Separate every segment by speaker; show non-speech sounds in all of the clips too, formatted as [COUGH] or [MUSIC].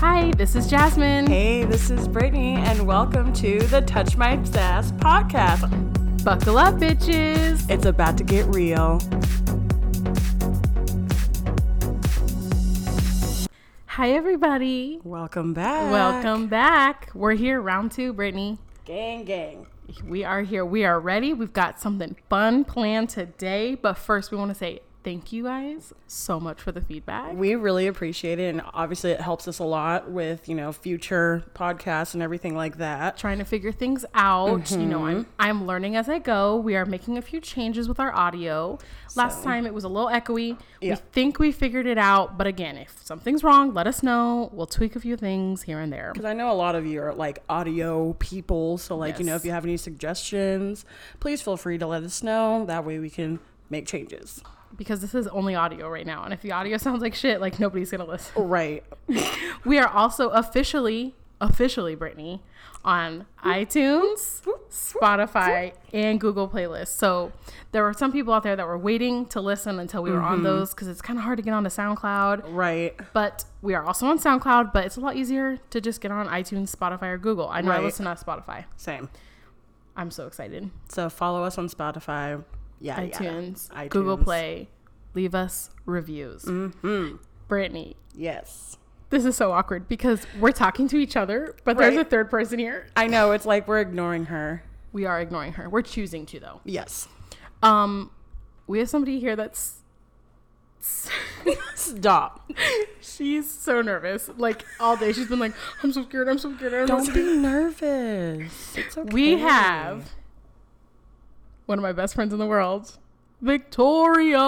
Speaker 1: Hi, this is Jasmine.
Speaker 2: Hey, this is Brittany, and welcome to the Touch My Sass podcast.
Speaker 1: Buckle up, bitches.
Speaker 2: It's about to get real.
Speaker 1: Hi, everybody.
Speaker 2: Welcome back.
Speaker 1: Welcome back. We're here, round two, Brittany.
Speaker 2: Gang, gang.
Speaker 1: We are here. We are ready. We've got something fun planned today. But first, we want to say thank you guys so much for the feedback.
Speaker 2: We really appreciate it, and obviously, it helps us a lot with, you know, future podcasts and everything like that.
Speaker 1: Trying to figure things out. You know,
Speaker 2: Mm-hmm.
Speaker 1: I'm, I'm learning as I go. We are making a few changes with our audio. Last time it was a little echoey.
Speaker 2: Yeah.
Speaker 1: We think we figured it out. But again, if something's wrong, let us know. We'll tweak a few things here and there.
Speaker 2: Because I know a lot of you are like audio people, so like, you know,
Speaker 1: Yes.
Speaker 2: if you have any suggestions, please feel free to let us know. That way, we can make changes.
Speaker 1: because this is only audio right now. And if the audio sounds like shit, like nobody's gonna listen. [LAUGHS]
Speaker 2: Right.
Speaker 1: We are also officially, officially, Brittany, on iTunes, Spotify, and Google Playlists. So there were some people out there that were waiting to listen until we were
Speaker 2: Mm-hmm.
Speaker 1: on those because it's kind of hard to get onto SoundCloud.
Speaker 2: Right.
Speaker 1: But we are also on SoundCloud, but it's a lot easier to just get on iTunes, Spotify, or Google. I know I
Speaker 2: Right.
Speaker 1: listen on Spotify.
Speaker 2: Same.
Speaker 1: I'm so excited.
Speaker 2: So follow us on Spotify. Yeah,
Speaker 1: iTunes,
Speaker 2: yeah.
Speaker 1: Google
Speaker 2: iTunes. Mm.
Speaker 1: Play, leave us reviews.
Speaker 2: Mm-hmm.
Speaker 1: Brittany,
Speaker 2: Yes.
Speaker 1: This is so awkward because we're talking to each other, but there's
Speaker 2: Right.
Speaker 1: a third person here.
Speaker 2: I know it's like we're ignoring her.
Speaker 1: We are ignoring her. We're choosing to though.
Speaker 2: Yes.
Speaker 1: Um, we have somebody here that's
Speaker 2: Stop.
Speaker 1: she's so nervous. Like all day, she's been like, "I'm so scared. I'm so scared." I'm so
Speaker 2: Don't
Speaker 1: scared."
Speaker 2: be nervous. It's okay.
Speaker 1: We have one of my best friends in the world, Victoria,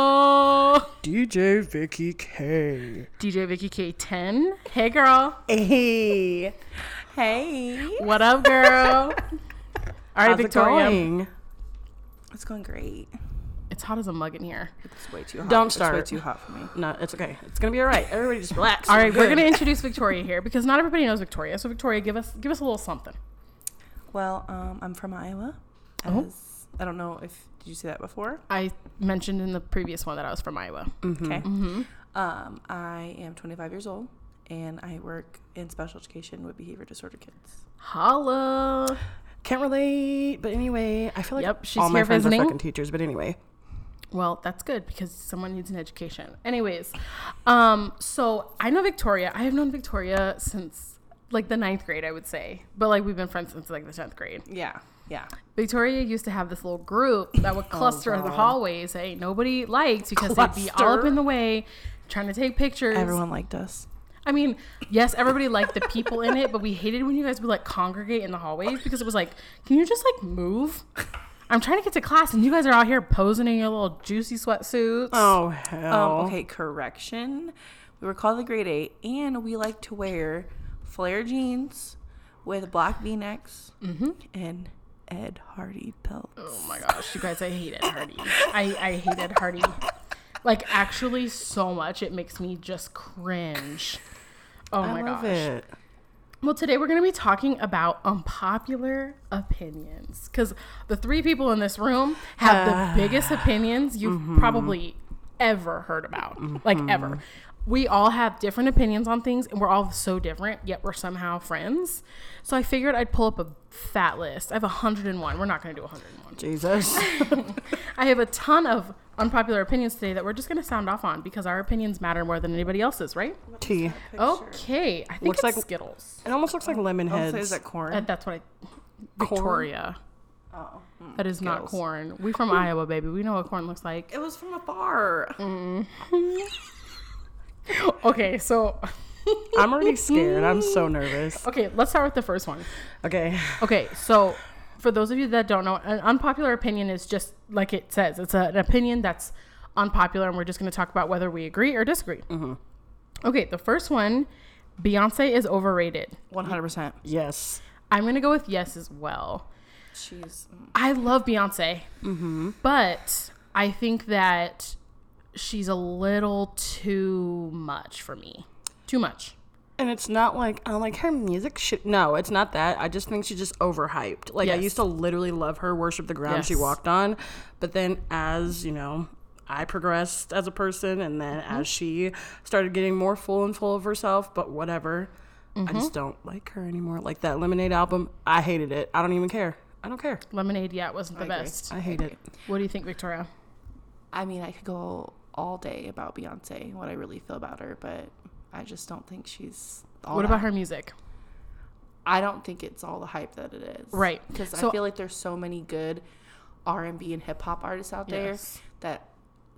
Speaker 2: DJ Vicky K.
Speaker 1: DJ Vicky K10. Hey, girl.
Speaker 2: Hey. Hey.
Speaker 1: What up,
Speaker 2: [LAUGHS]
Speaker 1: girl? all right,
Speaker 2: How's
Speaker 1: Victoria.
Speaker 2: it going?
Speaker 3: It's going great.
Speaker 1: It's hot as a mug in here.
Speaker 3: It's way too hot.
Speaker 2: Don't start.
Speaker 3: It's way too hot for me.
Speaker 2: No, it's okay. It's gonna be all right. Everybody just relax.
Speaker 1: All right, we're gonna introduce Victoria here because not everybody knows Victoria. So Victoria, give us give us a little something.
Speaker 3: Well, um, I'm from Iowa. As,
Speaker 1: Oh.
Speaker 3: I don't know if did you see that before.
Speaker 1: I mentioned in the previous one that I was from Iowa.
Speaker 3: Okay.
Speaker 1: Mm-hmm.
Speaker 3: Um, I am 25 years old, and I work in special education with behavior disorder kids.
Speaker 1: Holla!
Speaker 2: Can't relate, but anyway, I feel like
Speaker 1: Yep, she's
Speaker 2: all my
Speaker 1: here
Speaker 2: friends
Speaker 1: visiting.
Speaker 2: are fucking teachers. But anyway,
Speaker 1: Well, that's good because someone needs an education. Anyways, um, so I know Victoria. I have known Victoria since like the ninth grade, I would say, but like we've been friends since like the tenth grade.
Speaker 3: Yeah. Yeah.
Speaker 1: Victoria used to have this little group that [LAUGHS] would cluster in the hallways that ain't nobody liked because they'd be all up
Speaker 2: Cluster.
Speaker 1: in the way, trying to take pictures.
Speaker 3: Everyone liked us.
Speaker 1: I mean, yes, everybody liked the people in it, but we hated when you guys would like congregate in the hallways because it was like, can you just like move? I'm trying to get to class and you guys are out here posing in your little juicy sweatsuits.
Speaker 2: oh hell.
Speaker 3: Um, okay. Correction. We were called the grade eight, and we like to wear flare jeans with black V-necks and Ed Hardy belts.
Speaker 1: Oh my gosh, you guys, I hated Hardy. I, I hated Hardy. Like actually so much it makes me just cringe. Oh my
Speaker 2: I love
Speaker 1: gosh.
Speaker 2: it.
Speaker 1: Well, today we're going to be talking about unpopular opinions because the three people in this room have
Speaker 2: [SIGHS]
Speaker 1: the biggest opinions you've
Speaker 2: Mm-hmm.
Speaker 1: probably ever heard about. Like, ever.
Speaker 2: Mm-hmm.
Speaker 1: We all have different opinions on things and we're all so different, yet we're somehow friends. So I figured I'd pull up a fat list. I have 101. We're not going to do 101.
Speaker 2: [LAUGHS] Jesus.
Speaker 1: I have a ton of unpopular opinions today that we're just going to sound off on because our opinions matter more than anybody else's, right?
Speaker 2: Tea.
Speaker 1: Okay. I think
Speaker 2: Looks
Speaker 1: it's
Speaker 2: like-
Speaker 1: Skittles.
Speaker 2: It almost looks like lemon
Speaker 3: I'll
Speaker 2: heads.
Speaker 3: say is that corn?
Speaker 1: Uh, that's what I. Victoria.
Speaker 3: oh.
Speaker 1: That is not
Speaker 3: Skittles.
Speaker 1: corn. We from Iowa, baby. We know what corn looks like.
Speaker 3: It was from afar.
Speaker 1: [LAUGHS] Okay, so
Speaker 2: I'm already scared. I'm so nervous.
Speaker 1: okay, let's start with the first one.
Speaker 2: Okay.
Speaker 1: Okay, so for those of you that don't know, an unpopular opinion is just like it says. It's a, an opinion that's unpopular, and we're just going to talk about whether we agree or disagree. Okay, the first one, Beyonce is overrated.
Speaker 3: One hundred percent.
Speaker 2: Yes.
Speaker 1: I'm going to go with yes as well.
Speaker 3: She's mm.
Speaker 1: I love Beyonce,
Speaker 3: Mm-hmm.
Speaker 1: but I think that she's a little too much for me. Too much.
Speaker 2: And it's not like I like her music shit. No, it's not that. I just think she's just overhyped. Like I
Speaker 1: Yes.
Speaker 2: used to literally love her, worship the ground she
Speaker 1: Yes.
Speaker 2: walked on, but then as you know, I progressed
Speaker 1: Mm-hmm.
Speaker 2: as a person, and then as she started getting more full and full of herself. But whatever, I
Speaker 1: Mm-hmm.
Speaker 2: just don't like her anymore. Like that Lemonade album, I hated it. I don't even care. I don't care.
Speaker 1: Lemonade, yeah, it wasn't the
Speaker 3: agree.
Speaker 1: best.
Speaker 2: I hate it.
Speaker 1: What do you think, Victoria?
Speaker 3: I mean, I could go all day about Beyonce, what I really feel about her, but I just don't think she's. All
Speaker 1: what
Speaker 3: that.
Speaker 1: about her music?
Speaker 3: I don't think it's all the hype that it is.
Speaker 1: Right.
Speaker 3: Because
Speaker 1: So-
Speaker 3: I feel like there's so many good R and B and hip hop artists out
Speaker 1: Yes.
Speaker 3: there that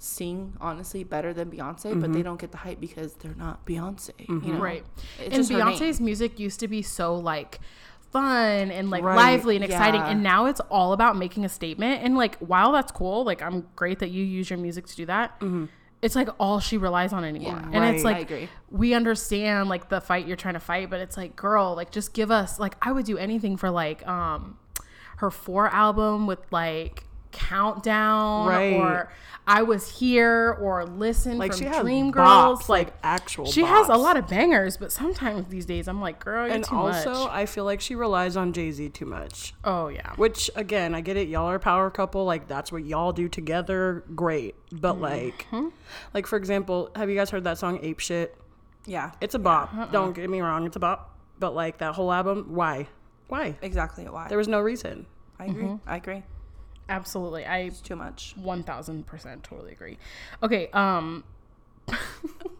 Speaker 3: sing honestly better than Beyonce, but
Speaker 1: Mm-hmm.
Speaker 3: they don't get the hype because they're not Beyonce. You know?
Speaker 1: Right.
Speaker 3: It's
Speaker 1: and
Speaker 3: just her name.
Speaker 1: Beyonce's music used to be so like fun and like
Speaker 2: Right,
Speaker 1: lively and exciting
Speaker 3: yeah.
Speaker 1: and now it's all about making a statement and like while that's cool like i'm great that you use your music to do that it's like all she relies on anymore
Speaker 3: Mm-hmm. Yeah,
Speaker 1: and it's
Speaker 3: right.
Speaker 1: like
Speaker 3: I agree.
Speaker 1: we understand like the fight you're trying to fight but it's like girl like just give us like i would do anything for like um her four album with like countdown
Speaker 2: Right.
Speaker 1: or i was here or listen
Speaker 2: Like
Speaker 1: from
Speaker 2: she has
Speaker 1: dream
Speaker 2: bops,
Speaker 1: girls
Speaker 2: like actual.
Speaker 1: she has a
Speaker 2: bops.
Speaker 1: lot of bangers, but sometimes these days I'm like, girl, you're
Speaker 2: And
Speaker 1: too
Speaker 2: also,
Speaker 1: much.
Speaker 2: I feel like she relies on Jay Z too much.
Speaker 1: Oh yeah,
Speaker 2: Which again, I get it. Y'all are a power couple. Like that's what y'all do together. Great, but like, like for example, have you guys heard that song "Ape Shit"?
Speaker 3: Yeah.
Speaker 2: It's a bop. Don't get me wrong, it's a bop. But like that whole album, why? Why?
Speaker 3: Exactly. Why?
Speaker 2: There was no reason.
Speaker 3: I agree.
Speaker 1: Mm-hmm.
Speaker 3: I agree.
Speaker 1: absolutely. I
Speaker 3: It's too much.
Speaker 1: one thousand percent totally agree. Okay, um,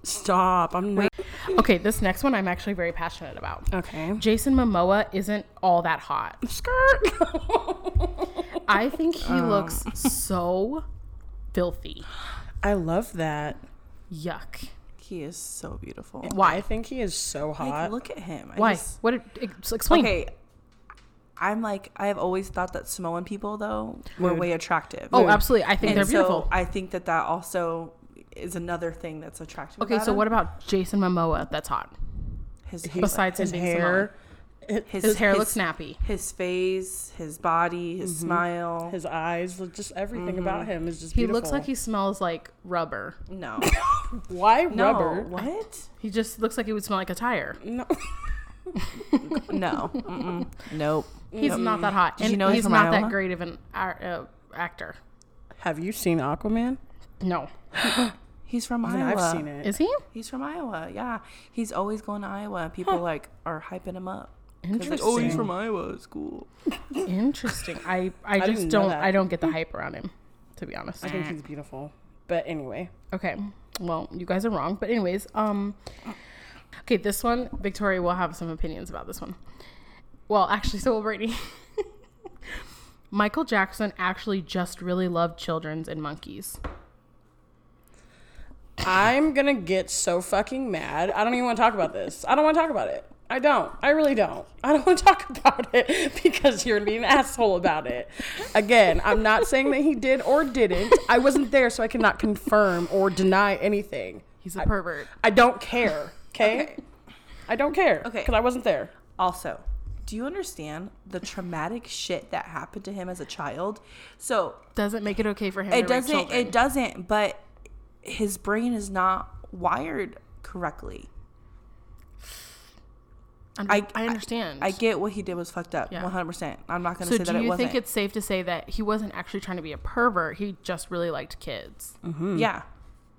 Speaker 2: Stop. I'm not.
Speaker 1: okay, this next one I'm actually very passionate
Speaker 2: Uh.
Speaker 1: about.
Speaker 2: Okay.
Speaker 1: Jason Momoa isn't all that hot.
Speaker 2: Skirt.
Speaker 1: I think he
Speaker 3: Oh.
Speaker 1: looks so filthy.
Speaker 2: I love that.
Speaker 1: Yuck.
Speaker 3: He is so beautiful.
Speaker 2: Why? I think he is so hot.
Speaker 3: Like, look at him. I
Speaker 1: Why?
Speaker 3: just-
Speaker 1: What? Did, ex- explain.
Speaker 3: okay. I'm like I've always thought that Samoan people though were way attractive.
Speaker 1: Oh, absolutely. I think
Speaker 3: and
Speaker 1: they're
Speaker 3: so
Speaker 1: beautiful.
Speaker 3: I think that that also is another thing that's attractive.
Speaker 1: okay,
Speaker 3: about
Speaker 1: so
Speaker 3: him.
Speaker 1: what about Jason Momoa? That's hot.
Speaker 3: His
Speaker 1: Besides him
Speaker 2: his
Speaker 1: being
Speaker 2: hair,
Speaker 3: his,
Speaker 1: Samoan. his hair looks snappy. Mm-hmm.
Speaker 3: His face, his body, his smile.
Speaker 2: his eyes, just everything about him is just
Speaker 1: He
Speaker 2: beautiful.
Speaker 1: looks like he smells like rubber. [LAUGHS]
Speaker 3: no,
Speaker 2: Why
Speaker 3: no,
Speaker 2: rubber?
Speaker 3: what?
Speaker 1: He just looks like he would smell like a tire.
Speaker 2: No.
Speaker 3: No, Mm-mm. nope.
Speaker 1: He's not that hot.
Speaker 3: Mm. Did
Speaker 1: and
Speaker 3: you know he's
Speaker 1: he's
Speaker 3: from
Speaker 1: not that
Speaker 3: Iowa?
Speaker 1: great of an ar- uh, actor.
Speaker 2: Have you seen Aquaman?
Speaker 1: No.
Speaker 3: He's from
Speaker 2: Yeah,
Speaker 3: Iowa.
Speaker 2: I've seen it.
Speaker 1: Is he?
Speaker 3: He's from Iowa. Yeah, he's always going to Iowa. People like are hyping him up. 'Cause, Like, oh, he's
Speaker 2: Interesting.
Speaker 3: from Iowa. It's cool.
Speaker 1: Interesting. I,
Speaker 3: [LAUGHS]
Speaker 1: I
Speaker 2: didn't
Speaker 1: just
Speaker 2: know
Speaker 1: don't
Speaker 2: that.
Speaker 1: I don't get the hype around him, to be honest.
Speaker 2: I think he's beautiful. But anyway,
Speaker 1: Okay. Well, you guys are wrong. But anyways, um Okay, this one, Victoria will have some opinions about this one. Well, actually, so will Brittany. [LAUGHS] Michael Jackson actually just really loved children's and monkeys.
Speaker 2: I'm gonna get so fucking mad. I don't even want to talk about this. I don't want to talk about it. I don't. I really don't. I don't [LAUGHS] want to talk about it because you're gonna be an asshole about it. Again, I'm not saying that he did or didn't. I wasn't there, so I cannot confirm or deny anything.
Speaker 1: He's a pervert.
Speaker 2: I don't care. Okay.
Speaker 3: Okay.
Speaker 2: I don't care.
Speaker 3: Okay.
Speaker 2: Because I wasn't there.
Speaker 3: Also, do you understand the traumatic shit that happened to him as a child? So
Speaker 1: Doesn't make it okay for him
Speaker 3: it
Speaker 1: to rape
Speaker 3: doesn't.
Speaker 1: children.
Speaker 3: It doesn't. But his brain is not wired correctly.
Speaker 1: Under-
Speaker 3: I-
Speaker 1: I understand.
Speaker 3: I get what he did was fucked up.
Speaker 1: Yeah.
Speaker 3: One hundred percent. I'm not gonna
Speaker 1: So
Speaker 3: say
Speaker 1: do
Speaker 3: that it
Speaker 1: you
Speaker 3: wasn't.
Speaker 1: think it's safe to say that he wasn't actually trying to be a pervert? He just really liked kids.
Speaker 3: Mm. yeah,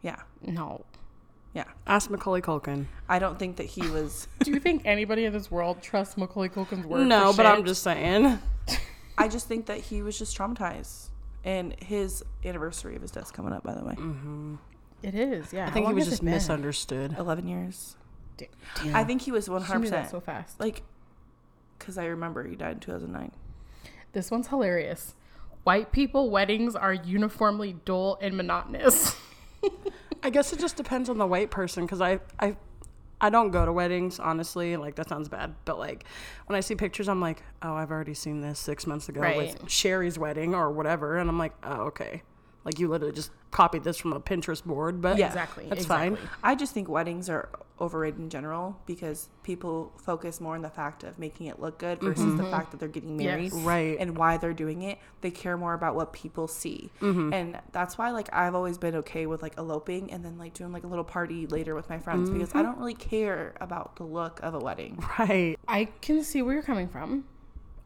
Speaker 3: yeah,
Speaker 1: No.
Speaker 3: yeah.
Speaker 2: Ask Macaulay Culkin.
Speaker 3: I don't think that he was.
Speaker 1: [LAUGHS] Do you think anybody in this world trusts Macaulay Culkin's word?
Speaker 2: No, but I'm just saying.
Speaker 3: I just think that he was just traumatized. And his anniversary of his death's coming up, by the way.
Speaker 1: Mm. It is. Yeah.
Speaker 2: I think he was just misunderstood.
Speaker 3: Eleven years.
Speaker 1: Damn.
Speaker 3: I think he was one
Speaker 1: She
Speaker 3: hundred
Speaker 1: knew that
Speaker 3: percent.
Speaker 1: so fast.
Speaker 3: Like, because I remember he died in two thousand nine.
Speaker 1: This one's hilarious. White people weddings are uniformly dull and monotonous.
Speaker 2: I guess it just depends on the white person because I, I, I don't go to weddings honestly. Like that sounds bad, but like when I see pictures, I'm like, oh, I've already seen this six months ago
Speaker 1: Right.
Speaker 2: with Sherry's wedding or whatever, and I'm like, oh, okay. Like you literally just copied this from a Pinterest board, but
Speaker 1: [LAUGHS]
Speaker 3: Yeah.
Speaker 1: exactly.
Speaker 2: that's
Speaker 1: exactly.
Speaker 2: fine.
Speaker 3: I just think weddings are overrated in general because people focus more on the fact of making it look good versus the fact that they're getting married
Speaker 1: Mm-hmm. Yes.
Speaker 2: Right.
Speaker 3: and why they're doing it. They care more about what people see. And that's why like I've always been okay with like eloping and then like doing like a little party later with my friends because I don't really care about the look of a wedding.
Speaker 2: [LAUGHS] Right.
Speaker 1: I can see where you're coming from.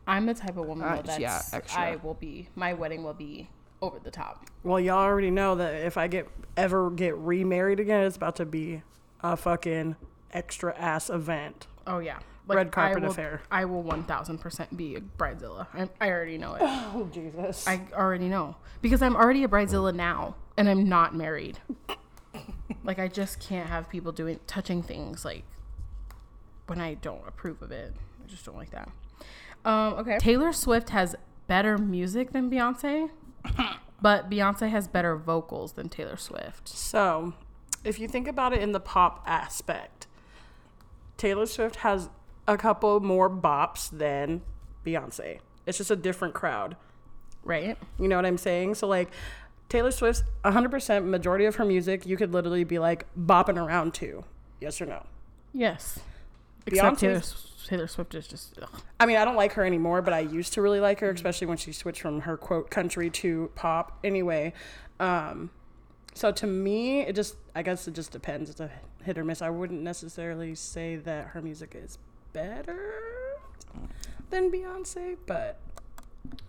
Speaker 1: I'm the type of woman
Speaker 3: Uh,
Speaker 1: though, that's
Speaker 3: yeah, extra.
Speaker 1: I will be my wedding will be over the top.
Speaker 2: Well, y'all already know that if I get ever get remarried again, it's about to be a fucking extra ass event.
Speaker 1: Oh yeah,
Speaker 2: Red carpet
Speaker 1: I will,
Speaker 2: affair.
Speaker 1: I will one thousand percent be a bridezilla. I, I already know it.
Speaker 2: Oh Jesus!
Speaker 1: I already know because I'm already a bridezilla now, and I'm not married. like I just can't have people doing touching things like when I don't approve of it. I just don't like that. Um, okay. Taylor Swift has better music than
Speaker 3: [LAUGHS]
Speaker 1: Beyonce, but Beyonce has better vocals than Taylor Swift.
Speaker 2: so, if you think about it in the pop aspect, Taylor Swift has a couple more bops than Beyonce. It's just a different crowd.
Speaker 1: Right?
Speaker 2: You know what I'm saying? So like Taylor Swift's 100% majority of her music you could literally be like bopping around to. Yes or no?
Speaker 1: Yes. Except Taylor,
Speaker 2: Beyonce's-
Speaker 1: S- Taylor Swift is just ugh.
Speaker 2: I mean, I don't like her anymore, but I used to really like her, especially when she switched from her quote country to pop. Anyway, um, so to me, it just I guess it just depends. It's a hit or miss. I wouldn't necessarily say that her music is better than Beyonce, but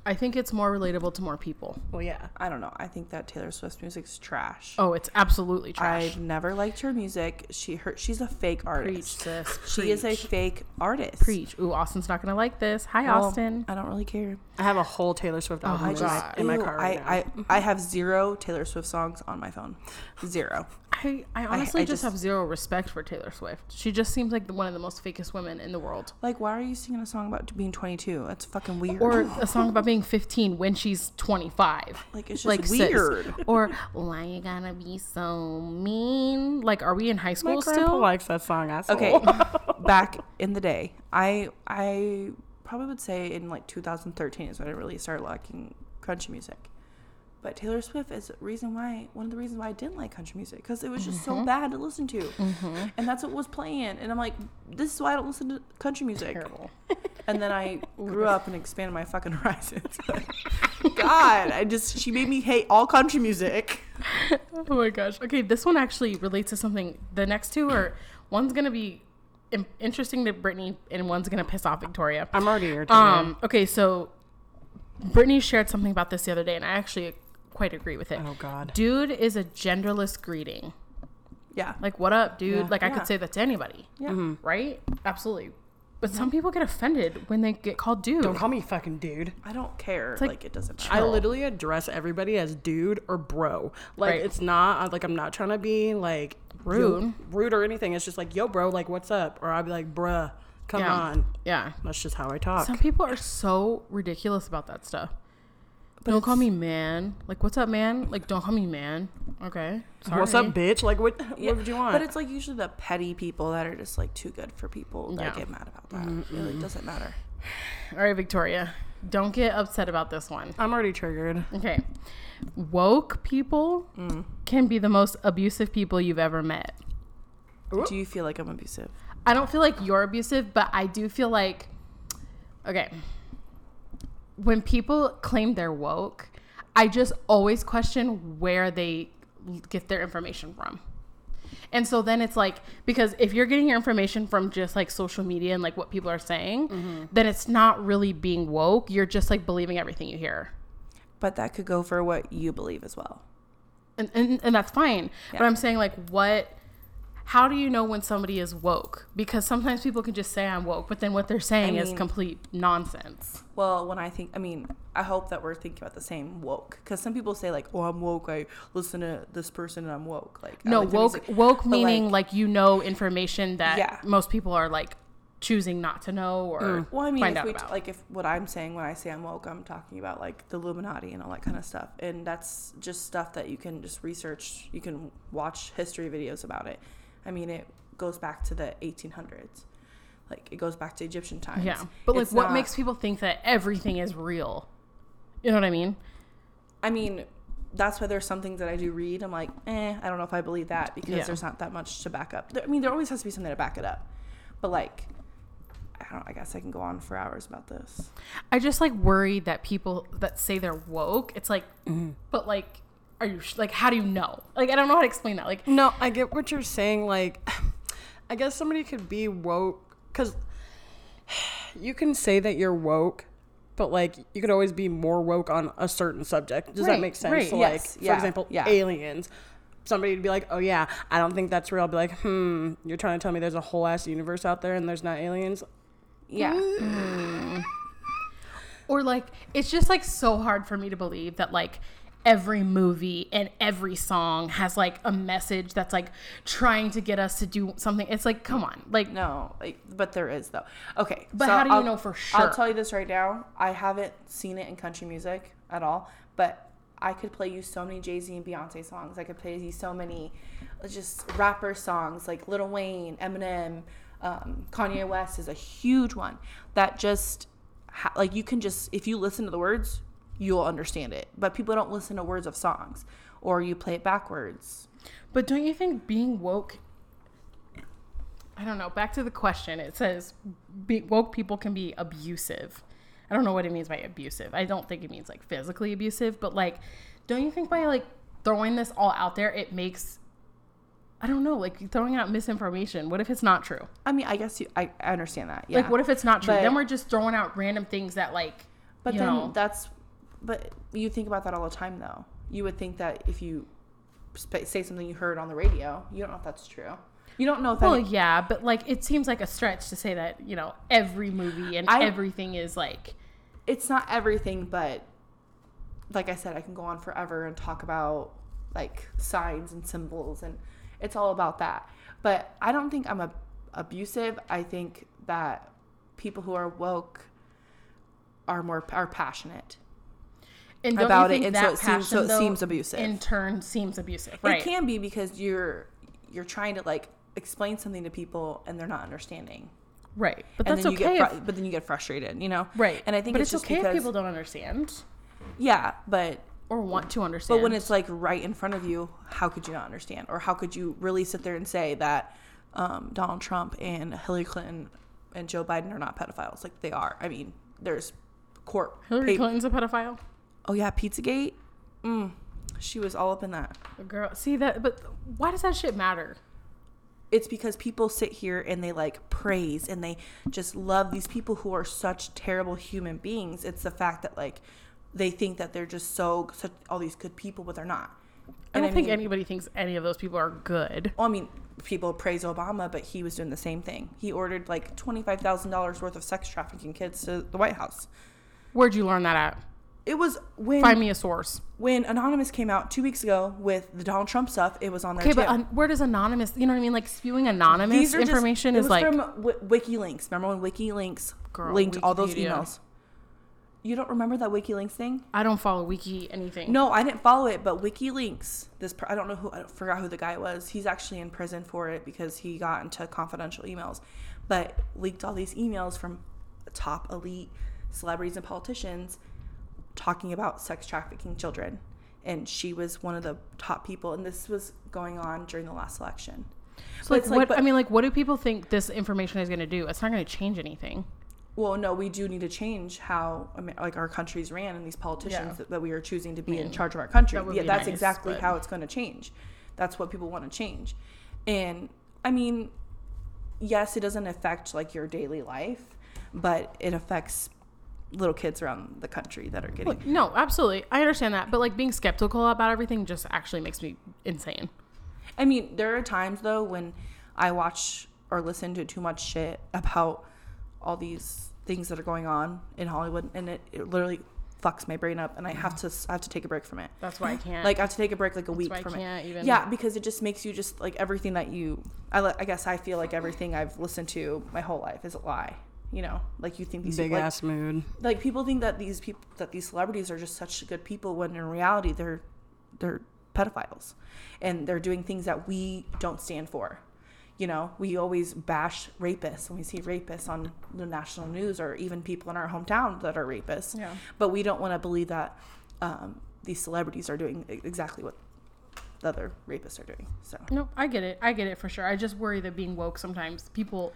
Speaker 1: I think it's more relatable to more people.
Speaker 2: well, yeah.
Speaker 3: I don't know. I think that Taylor Swift's music's trash.
Speaker 1: Oh, it's absolutely trash.
Speaker 3: I've never liked her music. She her she's a fake
Speaker 1: preach,
Speaker 3: artist.
Speaker 1: sis.
Speaker 3: she is a
Speaker 1: preach.
Speaker 3: fake artist.
Speaker 1: preach. Ooh, Austin's not gonna like this. Hi,
Speaker 3: Well,
Speaker 1: Austin.
Speaker 3: I don't really care.
Speaker 2: I have a whole Taylor Swift album
Speaker 1: my
Speaker 2: in, my,
Speaker 1: God.
Speaker 2: in my
Speaker 3: Ew,
Speaker 2: car right now. Mm-hmm.
Speaker 3: I, I I have zero Taylor Swift songs on my phone. Zero.
Speaker 1: I, I honestly
Speaker 3: I
Speaker 1: just,
Speaker 3: just-
Speaker 1: have zero respect for Taylor Swift. She just seems like the, one of the most fakest women in the world.
Speaker 3: Like, why are you singing a song about being 22? That's fucking weird.
Speaker 1: Or a song about being 15 when she's 25.
Speaker 3: [LAUGHS] like, it's just
Speaker 1: Like sis.
Speaker 3: weird.
Speaker 1: [LAUGHS] Or why you gotta be so mean? Like, are we in high
Speaker 2: my
Speaker 1: school
Speaker 2: grandpa
Speaker 1: still?
Speaker 2: likes that song. Asshole.
Speaker 3: Okay,
Speaker 2: [LAUGHS]
Speaker 3: back in the day, I I probably would say in like 2013 is when I really started liking country music. But Taylor Swift is the reason why one of the reasons why I didn't like country music because it was just
Speaker 2: Mm-hmm.
Speaker 3: so bad to listen to, and that's what was playing. And I'm like, this is why I don't listen to country music.
Speaker 1: Terrible.
Speaker 3: And then I grew up and expanded my fucking [LAUGHS] horizons. God, I just she made me hate all country music.
Speaker 1: Oh my gosh. Okay, this one actually relates to something. The next two are one's gonna be in- interesting to Brittany, and one's gonna piss off Victoria.
Speaker 2: I'm already irritated.
Speaker 1: Um, okay, so Brittany shared something about this the other day, and I actually quite agree with it.
Speaker 2: Oh, God.
Speaker 1: dude is a genderless greeting.
Speaker 3: Yeah,
Speaker 1: Like, what up, dude?
Speaker 2: Yeah.
Speaker 1: Like, I
Speaker 3: Yeah.
Speaker 1: could say that to anybody,
Speaker 3: yeah.
Speaker 1: right? Absolutely. But some people get offended when they get called dude.
Speaker 2: Don't call me fucking dude.
Speaker 3: I don't care.
Speaker 1: like,
Speaker 3: Like, it doesn't matter.
Speaker 2: I literally address everybody as dude or bro. Like
Speaker 1: Right.
Speaker 2: it's not I- like I'm not trying to be like
Speaker 1: Rude.
Speaker 2: rude or anything. It's just like yo, bro, like what's up? Or I'll be like, bruh, come
Speaker 1: yeah.
Speaker 2: on.
Speaker 1: Yeah.
Speaker 2: That's just how I talk.
Speaker 1: Some people are so ridiculous about that stuff. don't call me man. Like, what's up, man? Like, don't call me man. Okay. Sorry.
Speaker 2: what's up, bitch? Like what? What would you want?
Speaker 3: But it's like usually the petty people that are just like too good for people that
Speaker 1: Yeah.
Speaker 3: get mad about that. It like doesn't matter.
Speaker 1: All right, Victoria. Don't get upset about this one.
Speaker 2: I'm already triggered.
Speaker 1: Okay. Woke people can be the most abusive people you've ever met.
Speaker 2: Ooh.
Speaker 3: Do you feel like I'm abusive?
Speaker 1: I don't feel like you're abusive, but I do feel like, okay, when people claim they're woke, I just always question where they l- get their information from. And so then it's like, because if you're getting your information from just like social media and like what people are saying, then it's not really being woke. You're just like believing everything you hear.
Speaker 3: But that could go for what you believe as well.
Speaker 1: and, and, and that's fine. But
Speaker 3: Yeah.
Speaker 1: I'm saying like what how do you know when somebody is woke? Because sometimes people can just say I'm woke, but then what they're saying is
Speaker 3: mean-
Speaker 1: complete nonsense.
Speaker 3: Well, when I think, I mean, I hope that we're thinking about the same woke. Because some people say like, "Oh, I'm woke. I listen to this person and I'm woke." Like, I
Speaker 1: No,
Speaker 3: like their
Speaker 1: woke
Speaker 3: music.
Speaker 1: woke
Speaker 3: But,
Speaker 1: meaning
Speaker 3: like-
Speaker 1: like, you know information that
Speaker 3: Yeah.
Speaker 1: most people are like choosing not to know or
Speaker 3: Well, I mean,
Speaker 1: find
Speaker 3: if
Speaker 1: out
Speaker 3: we
Speaker 1: about.
Speaker 3: like if what I'm saying when I say I'm woke, I'm talking about like the Illuminati and all that kind of stuff, and that's just stuff that you can just research. You can watch history videos about it. I mean, it goes back to the 1800s, like it goes back to Egyptian times.
Speaker 1: yeah. But like
Speaker 3: It's
Speaker 1: what
Speaker 3: not-
Speaker 1: makes people think that everything is real? You know what I mean?
Speaker 3: I mean, that's why there's some things that I do read. I'm like, eh, I don't know if I believe that because
Speaker 1: Yeah.
Speaker 3: there's not that much to back up. There- I mean, there always has to be something to back it up, but like. I don't. I guess I can go on for hours about this.
Speaker 1: I just like worry that people that say they're woke, it's like but like are you sh- like how do you know? Like I don't know how to explain that. Like
Speaker 2: No, I get what you're saying. Like, [SIGHS] I guess somebody could be woke because [SIGHS] you can say that you're woke, but like you could always be more woke on a certain subject. Does
Speaker 1: Right,
Speaker 2: that make sense?
Speaker 1: right,
Speaker 2: So, like,
Speaker 3: yes,
Speaker 2: for
Speaker 3: yeah,
Speaker 2: example,
Speaker 3: yeah.
Speaker 2: aliens. somebody to be like, oh yeah, I don't think that's real. I'll be like, hmm, you're trying to tell me there's a whole ass universe out there and there's not aliens?
Speaker 3: Yeah.
Speaker 1: Or like it's just like so hard for me to believe that like every movie and every song has like a message that's like trying to get us to do something. It's like come on. Like
Speaker 3: No, like, but there is though. Okay,
Speaker 1: But how do you know for
Speaker 3: I'll
Speaker 1: sure?
Speaker 3: tell you this right now. I haven't seen it in country music at all, but I could play you so many Jay Z and Beyonce songs. I could play you so many, uh, just rapper songs like Lil Wayne, Eminem, um, Kanye West is a huge one that just ha- like you can just if you listen to the words, you'll understand it. But people don't listen to words of songs, or you play it backwards.
Speaker 1: But don't you think being woke? I don't know. Back to the question. It says be, woke people can be abusive. I don't know what it means by abusive. I don't think it means like physically abusive, but like, don't you think by like throwing this all out there, it makes, I don't know, like throwing out misinformation. What if it's not true?
Speaker 3: I mean, I guess you I, I understand that. Yeah.
Speaker 1: Like, what if it's not true?
Speaker 3: But-
Speaker 1: then we're just throwing out random things that like,
Speaker 3: But
Speaker 1: you
Speaker 3: then
Speaker 1: know,
Speaker 3: that's, but you think about that all the time, though. You would think that if you sp- say something you heard on the radio, you don't know if that's true. You don't know if that.
Speaker 1: well, yeah, but like, it seems like a stretch to say that you know every movie and
Speaker 3: I-
Speaker 1: everything is like
Speaker 3: it's not everything, but like I said, I can go on forever and talk about like signs and symbols, and it's all about that. But I don't think I'm a, abusive. I think that people who are woke are more are passionate.
Speaker 1: and don't
Speaker 3: about
Speaker 1: you
Speaker 3: it,
Speaker 1: think
Speaker 3: and so
Speaker 1: that
Speaker 3: it seems- so
Speaker 1: passion,
Speaker 3: it
Speaker 1: though,
Speaker 3: seems abusive.
Speaker 1: In turn, seems abusive, right?
Speaker 3: It can be because you're you're trying to like explain something to people and they're not understanding.
Speaker 1: right, but
Speaker 3: and
Speaker 1: that's
Speaker 3: then
Speaker 1: okay.
Speaker 3: you get fru-
Speaker 1: if,
Speaker 3: but then you get frustrated, you know?
Speaker 1: right,
Speaker 3: And I think
Speaker 1: but
Speaker 3: it's,
Speaker 1: it's,
Speaker 3: just
Speaker 1: okay
Speaker 3: because,
Speaker 1: if people don't understand
Speaker 3: Yeah, but
Speaker 1: or want to
Speaker 3: but
Speaker 1: understand.
Speaker 3: when it's like right in front of you, how could you not understand? Or how could you really sit there and say that um, Donald Trump and Hillary Clinton and Joe Biden are not pedophiles? Like they are. I mean, there's court
Speaker 1: Hillary
Speaker 3: pa-
Speaker 1: Clinton's a pedophile,
Speaker 3: Oh yeah, Pizzagate. Mm. She was all up in that.
Speaker 1: girl. See that, but why does that shit matter?
Speaker 3: it's because people sit here and they like praise and they just love these people who are such terrible human beings. It's the fact that like they think that they're just so such all these good people, but they're not.
Speaker 1: I don't
Speaker 3: And
Speaker 1: think
Speaker 3: mean,
Speaker 1: anybody thinks any of those people are good.
Speaker 3: well, I mean, people praise Obama, but he was doing the same thing. He ordered like twenty five thousand dollars worth of sex trafficking kids to the White House.
Speaker 1: Where'd you learn that at?
Speaker 3: It was when
Speaker 1: Find me a source.
Speaker 3: when Anonymous came out two weeks ago with the Donald Trump stuff. It was on there
Speaker 1: Okay,
Speaker 3: too.
Speaker 1: but um, where does anonymous? You know what I mean? Like spewing anonymous
Speaker 3: just-
Speaker 1: information
Speaker 3: it
Speaker 1: is
Speaker 3: was
Speaker 1: like
Speaker 3: from w- WikiLinks. Remember when WikiLinks
Speaker 1: Girl,
Speaker 3: linked all those
Speaker 1: Wikipedia.
Speaker 3: emails? You don't remember that WikiLinks thing?
Speaker 1: I don't follow wiki anything.
Speaker 3: No, I didn't follow it, but WikiLeaks. This per- I don't know who I forgot who the guy was. He's actually in prison for it because he got into confidential emails, but leaked all these emails from top elite celebrities and politicians talking about sex trafficking children, and she was one of the top people. And this was going on during the last election. So
Speaker 1: like, what? I mean, like, what do people think this information is going to do? It's not going to change anything.
Speaker 3: well no we do need to change how Amer- like our country's ran and these politicians
Speaker 1: Yeah.
Speaker 3: that, that we are choosing to be in charge of our country
Speaker 1: that would
Speaker 3: yeah
Speaker 1: be
Speaker 3: that's
Speaker 1: nice,
Speaker 3: exactly
Speaker 1: but-
Speaker 3: how it's going to change that's what people want to change and i mean yes it doesn't affect like your daily life but it affects little kids around the country that are getting
Speaker 1: No, absolutely. I understand that. But like being skeptical about everything just actually makes me insane.
Speaker 3: I mean, there are times though when I watch or listen to too much shit about all these things that are going on in Hollywood, and it, it literally fucks my brain up, and I have to I have to take a break from it.
Speaker 1: That's why I can't.
Speaker 3: Like I have to take a break like a week
Speaker 1: why I
Speaker 3: from
Speaker 1: can't
Speaker 3: it.
Speaker 1: even-
Speaker 3: Yeah, because it just makes you just like everything that you. I li- I guess I feel like everything I've listened to my whole life is a lie. You know, like you think these
Speaker 2: Big
Speaker 3: people, like,
Speaker 2: ass mood.
Speaker 3: like people think that these people that these celebrities are just such good people when in reality they're they're pedophiles and they're doing things that we don't stand for you know we always bash rapists when we see rapists on the national news or even people in our hometown that are rapists
Speaker 1: Yeah.
Speaker 3: but we don't want to believe that um, these celebrities are doing e- exactly what the other rapists are doing so
Speaker 1: no, I get it. I get it for sure. I just worry that being woke sometimes people.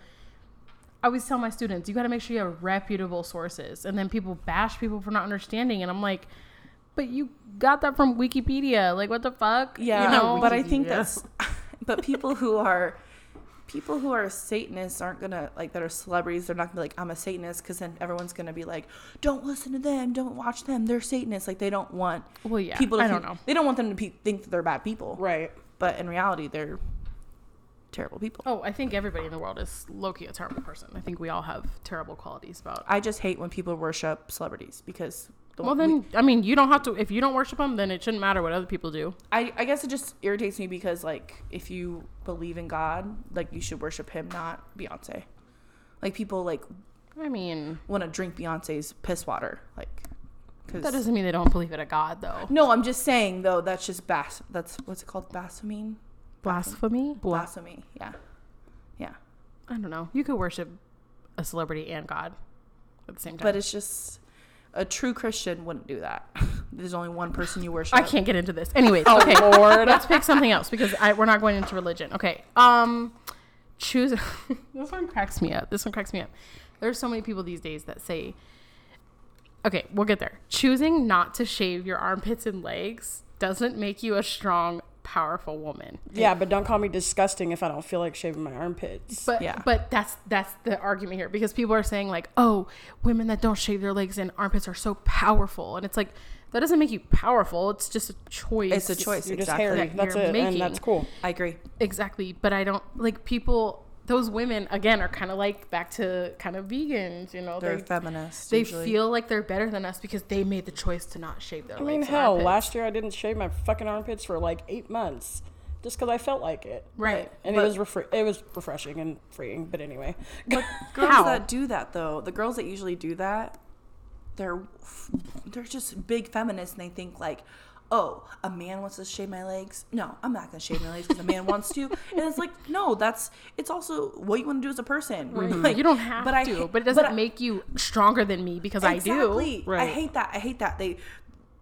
Speaker 1: I always tell my students, you got to make sure you have reputable sources, and then people bash people for not understanding, and I'm like, but you got that from Wikipedia. Like, what the fuck?
Speaker 3: yeah
Speaker 1: You know?
Speaker 3: but i think that's [LAUGHS] but people who are people who are satanists aren't gonna like that are celebrities they're not gonna be like i'm a satanist because then everyone's gonna be like don't listen to them don't watch them they're satanists like they don't want
Speaker 1: Well, yeah,
Speaker 3: people to
Speaker 1: I don't
Speaker 3: think-
Speaker 1: know.
Speaker 3: they don't want them to pe- think that they're bad people
Speaker 2: Right.
Speaker 3: But in reality, they're terrible people.
Speaker 1: Oh, I think everybody in the world is Loki a terrible person. I think we all have terrible qualities about.
Speaker 3: I just hate when people worship celebrities because the
Speaker 1: Well, then, I mean, you don't have to. If you don't worship them, then it shouldn't matter what other people do.
Speaker 3: I, I guess it just irritates me because like if you believe in God, like you should worship him, not Beyonce. Like people like
Speaker 1: I mean,
Speaker 3: want to drink Beyonce's piss water, like because
Speaker 1: that doesn't mean they don't believe in a god, though.
Speaker 3: no, I'm just saying though that's just bas that's what's it called blasphemy
Speaker 1: Blasphemy?
Speaker 3: blasphemy yeah yeah
Speaker 1: I don't know. You could worship a celebrity and God at the same time.
Speaker 3: but it's just a true Christian wouldn't do that. [LAUGHS] There's only one person you worship.
Speaker 1: I can't get into this. Anyways, okay. Let's pick something else because I, we're not going into religion. Okay. Um, choose. [LAUGHS] this one cracks me up. This one cracks me up. There's so many people these days that say, okay, we'll get there. Choosing not to shave your armpits and legs doesn't make you a strong, powerful woman.
Speaker 2: Yeah, but don't call me disgusting if I don't feel like shaving my armpits.
Speaker 1: But
Speaker 3: Yeah.
Speaker 1: but that's that's the argument here because people are saying like, oh, women that don't shave their legs and armpits are so powerful, and it's like that doesn't make you powerful. It's just a choice.
Speaker 3: It's a choice.
Speaker 2: You're just
Speaker 3: exactly.
Speaker 2: hairy.
Speaker 1: That
Speaker 2: That's
Speaker 1: you're
Speaker 2: it,
Speaker 1: making.
Speaker 2: and that's cool.
Speaker 3: I agree.
Speaker 1: exactly, but I don't like people. Those women again are kind of like back to kind of vegans, you know.
Speaker 3: They're
Speaker 1: They
Speaker 3: feminists.
Speaker 1: they
Speaker 3: usually.
Speaker 1: feel like they're better than us because they made the choice to not shave their
Speaker 2: I mean,
Speaker 1: legs. and
Speaker 2: hell,
Speaker 1: armpits.
Speaker 2: last year I didn't shave my fucking armpits for like eight months just because I felt like it.
Speaker 1: right?
Speaker 2: And
Speaker 3: But-
Speaker 2: it was refre- it was refreshing and freeing. [LAUGHS] But anyway,
Speaker 3: girls
Speaker 1: How?
Speaker 3: that do that though the girls that usually do that they're they're just big feminists and they think like oh a man wants to shave my legs no i'm not going to shave my legs because a man wants to and it's like no that's it's also what you want to do as a person Like,
Speaker 1: you don't have
Speaker 3: I
Speaker 1: to,
Speaker 3: ha-
Speaker 1: but it doesn't
Speaker 3: I-
Speaker 1: make you stronger than me because I do.
Speaker 3: exactly. i
Speaker 2: Right.
Speaker 3: hate that i hate that they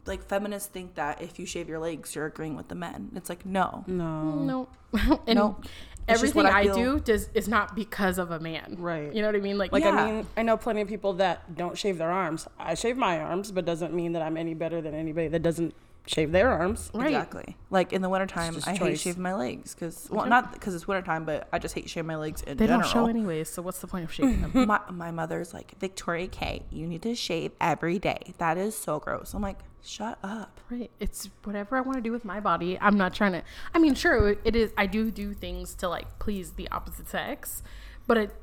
Speaker 3: like feminists think that if you shave your legs you're agreeing with the men it's like no
Speaker 1: Mm.
Speaker 2: no,
Speaker 1: No, [LAUGHS] and
Speaker 3: Mm. Nope. It's just
Speaker 1: everything
Speaker 3: what I
Speaker 1: I,
Speaker 3: feel.
Speaker 1: do does is not because of a man,
Speaker 2: Right.
Speaker 1: You know what I mean? Like,
Speaker 2: like
Speaker 3: Yeah.
Speaker 2: I mean, I know plenty of people that don't shave their arms. I shave my arms, but doesn't mean that I'm any better than anybody that doesn't shave their arms. [LAUGHS]
Speaker 1: right?
Speaker 3: exactly like in the wintertime
Speaker 2: just
Speaker 3: i hate
Speaker 2: choice.
Speaker 3: shaving my legs because well not because it's wintertime but i just hate shaving my legs in
Speaker 1: They
Speaker 3: general
Speaker 1: don't show anyways, so what's the point of shaving [LAUGHS]
Speaker 3: [LAUGHS]
Speaker 1: them?
Speaker 3: my, my mother's like victoria k you need to shave every day that is so gross i'm like shut up
Speaker 1: right? It's whatever I want to do with my body. I'm not trying to. I mean, sure, it- it is. I do do things to like please the opposite sex, but it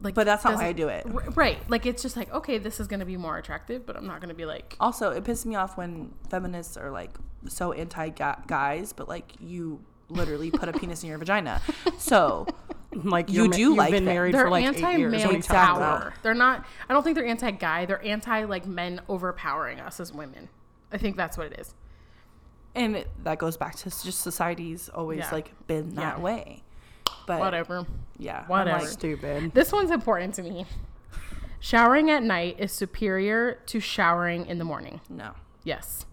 Speaker 1: like.
Speaker 3: But that's not why I
Speaker 1: doesn't-
Speaker 3: do it.
Speaker 1: R- right? Like it's just like okay, this is gonna be more attractive, but I'm not gonna be like.
Speaker 3: also it pisses me off when feminists are like so anti ga- guys but like you literally put a penis in
Speaker 1: [LAUGHS]
Speaker 3: your vagina so
Speaker 2: Like
Speaker 3: You
Speaker 2: you're ma-
Speaker 3: do
Speaker 2: you've
Speaker 3: like
Speaker 2: been
Speaker 3: that.
Speaker 2: married
Speaker 1: They're
Speaker 2: for like eight years. What are
Speaker 1: anti-male
Speaker 2: you talking
Speaker 3: Exactly.
Speaker 1: power. They're not. I don't think they're anti-guy. They're anti like men overpowering us as women. I think that's what it is.
Speaker 3: and it, that goes back to s- just society's always
Speaker 1: Yeah.
Speaker 3: like been that
Speaker 1: Yeah.
Speaker 3: way but
Speaker 1: Whatever.
Speaker 3: yeah I'm
Speaker 1: Whatever.
Speaker 3: like,
Speaker 2: Stupid.
Speaker 1: This one's important to me. Showering at night is superior to showering in the morning.
Speaker 3: no
Speaker 1: Yes.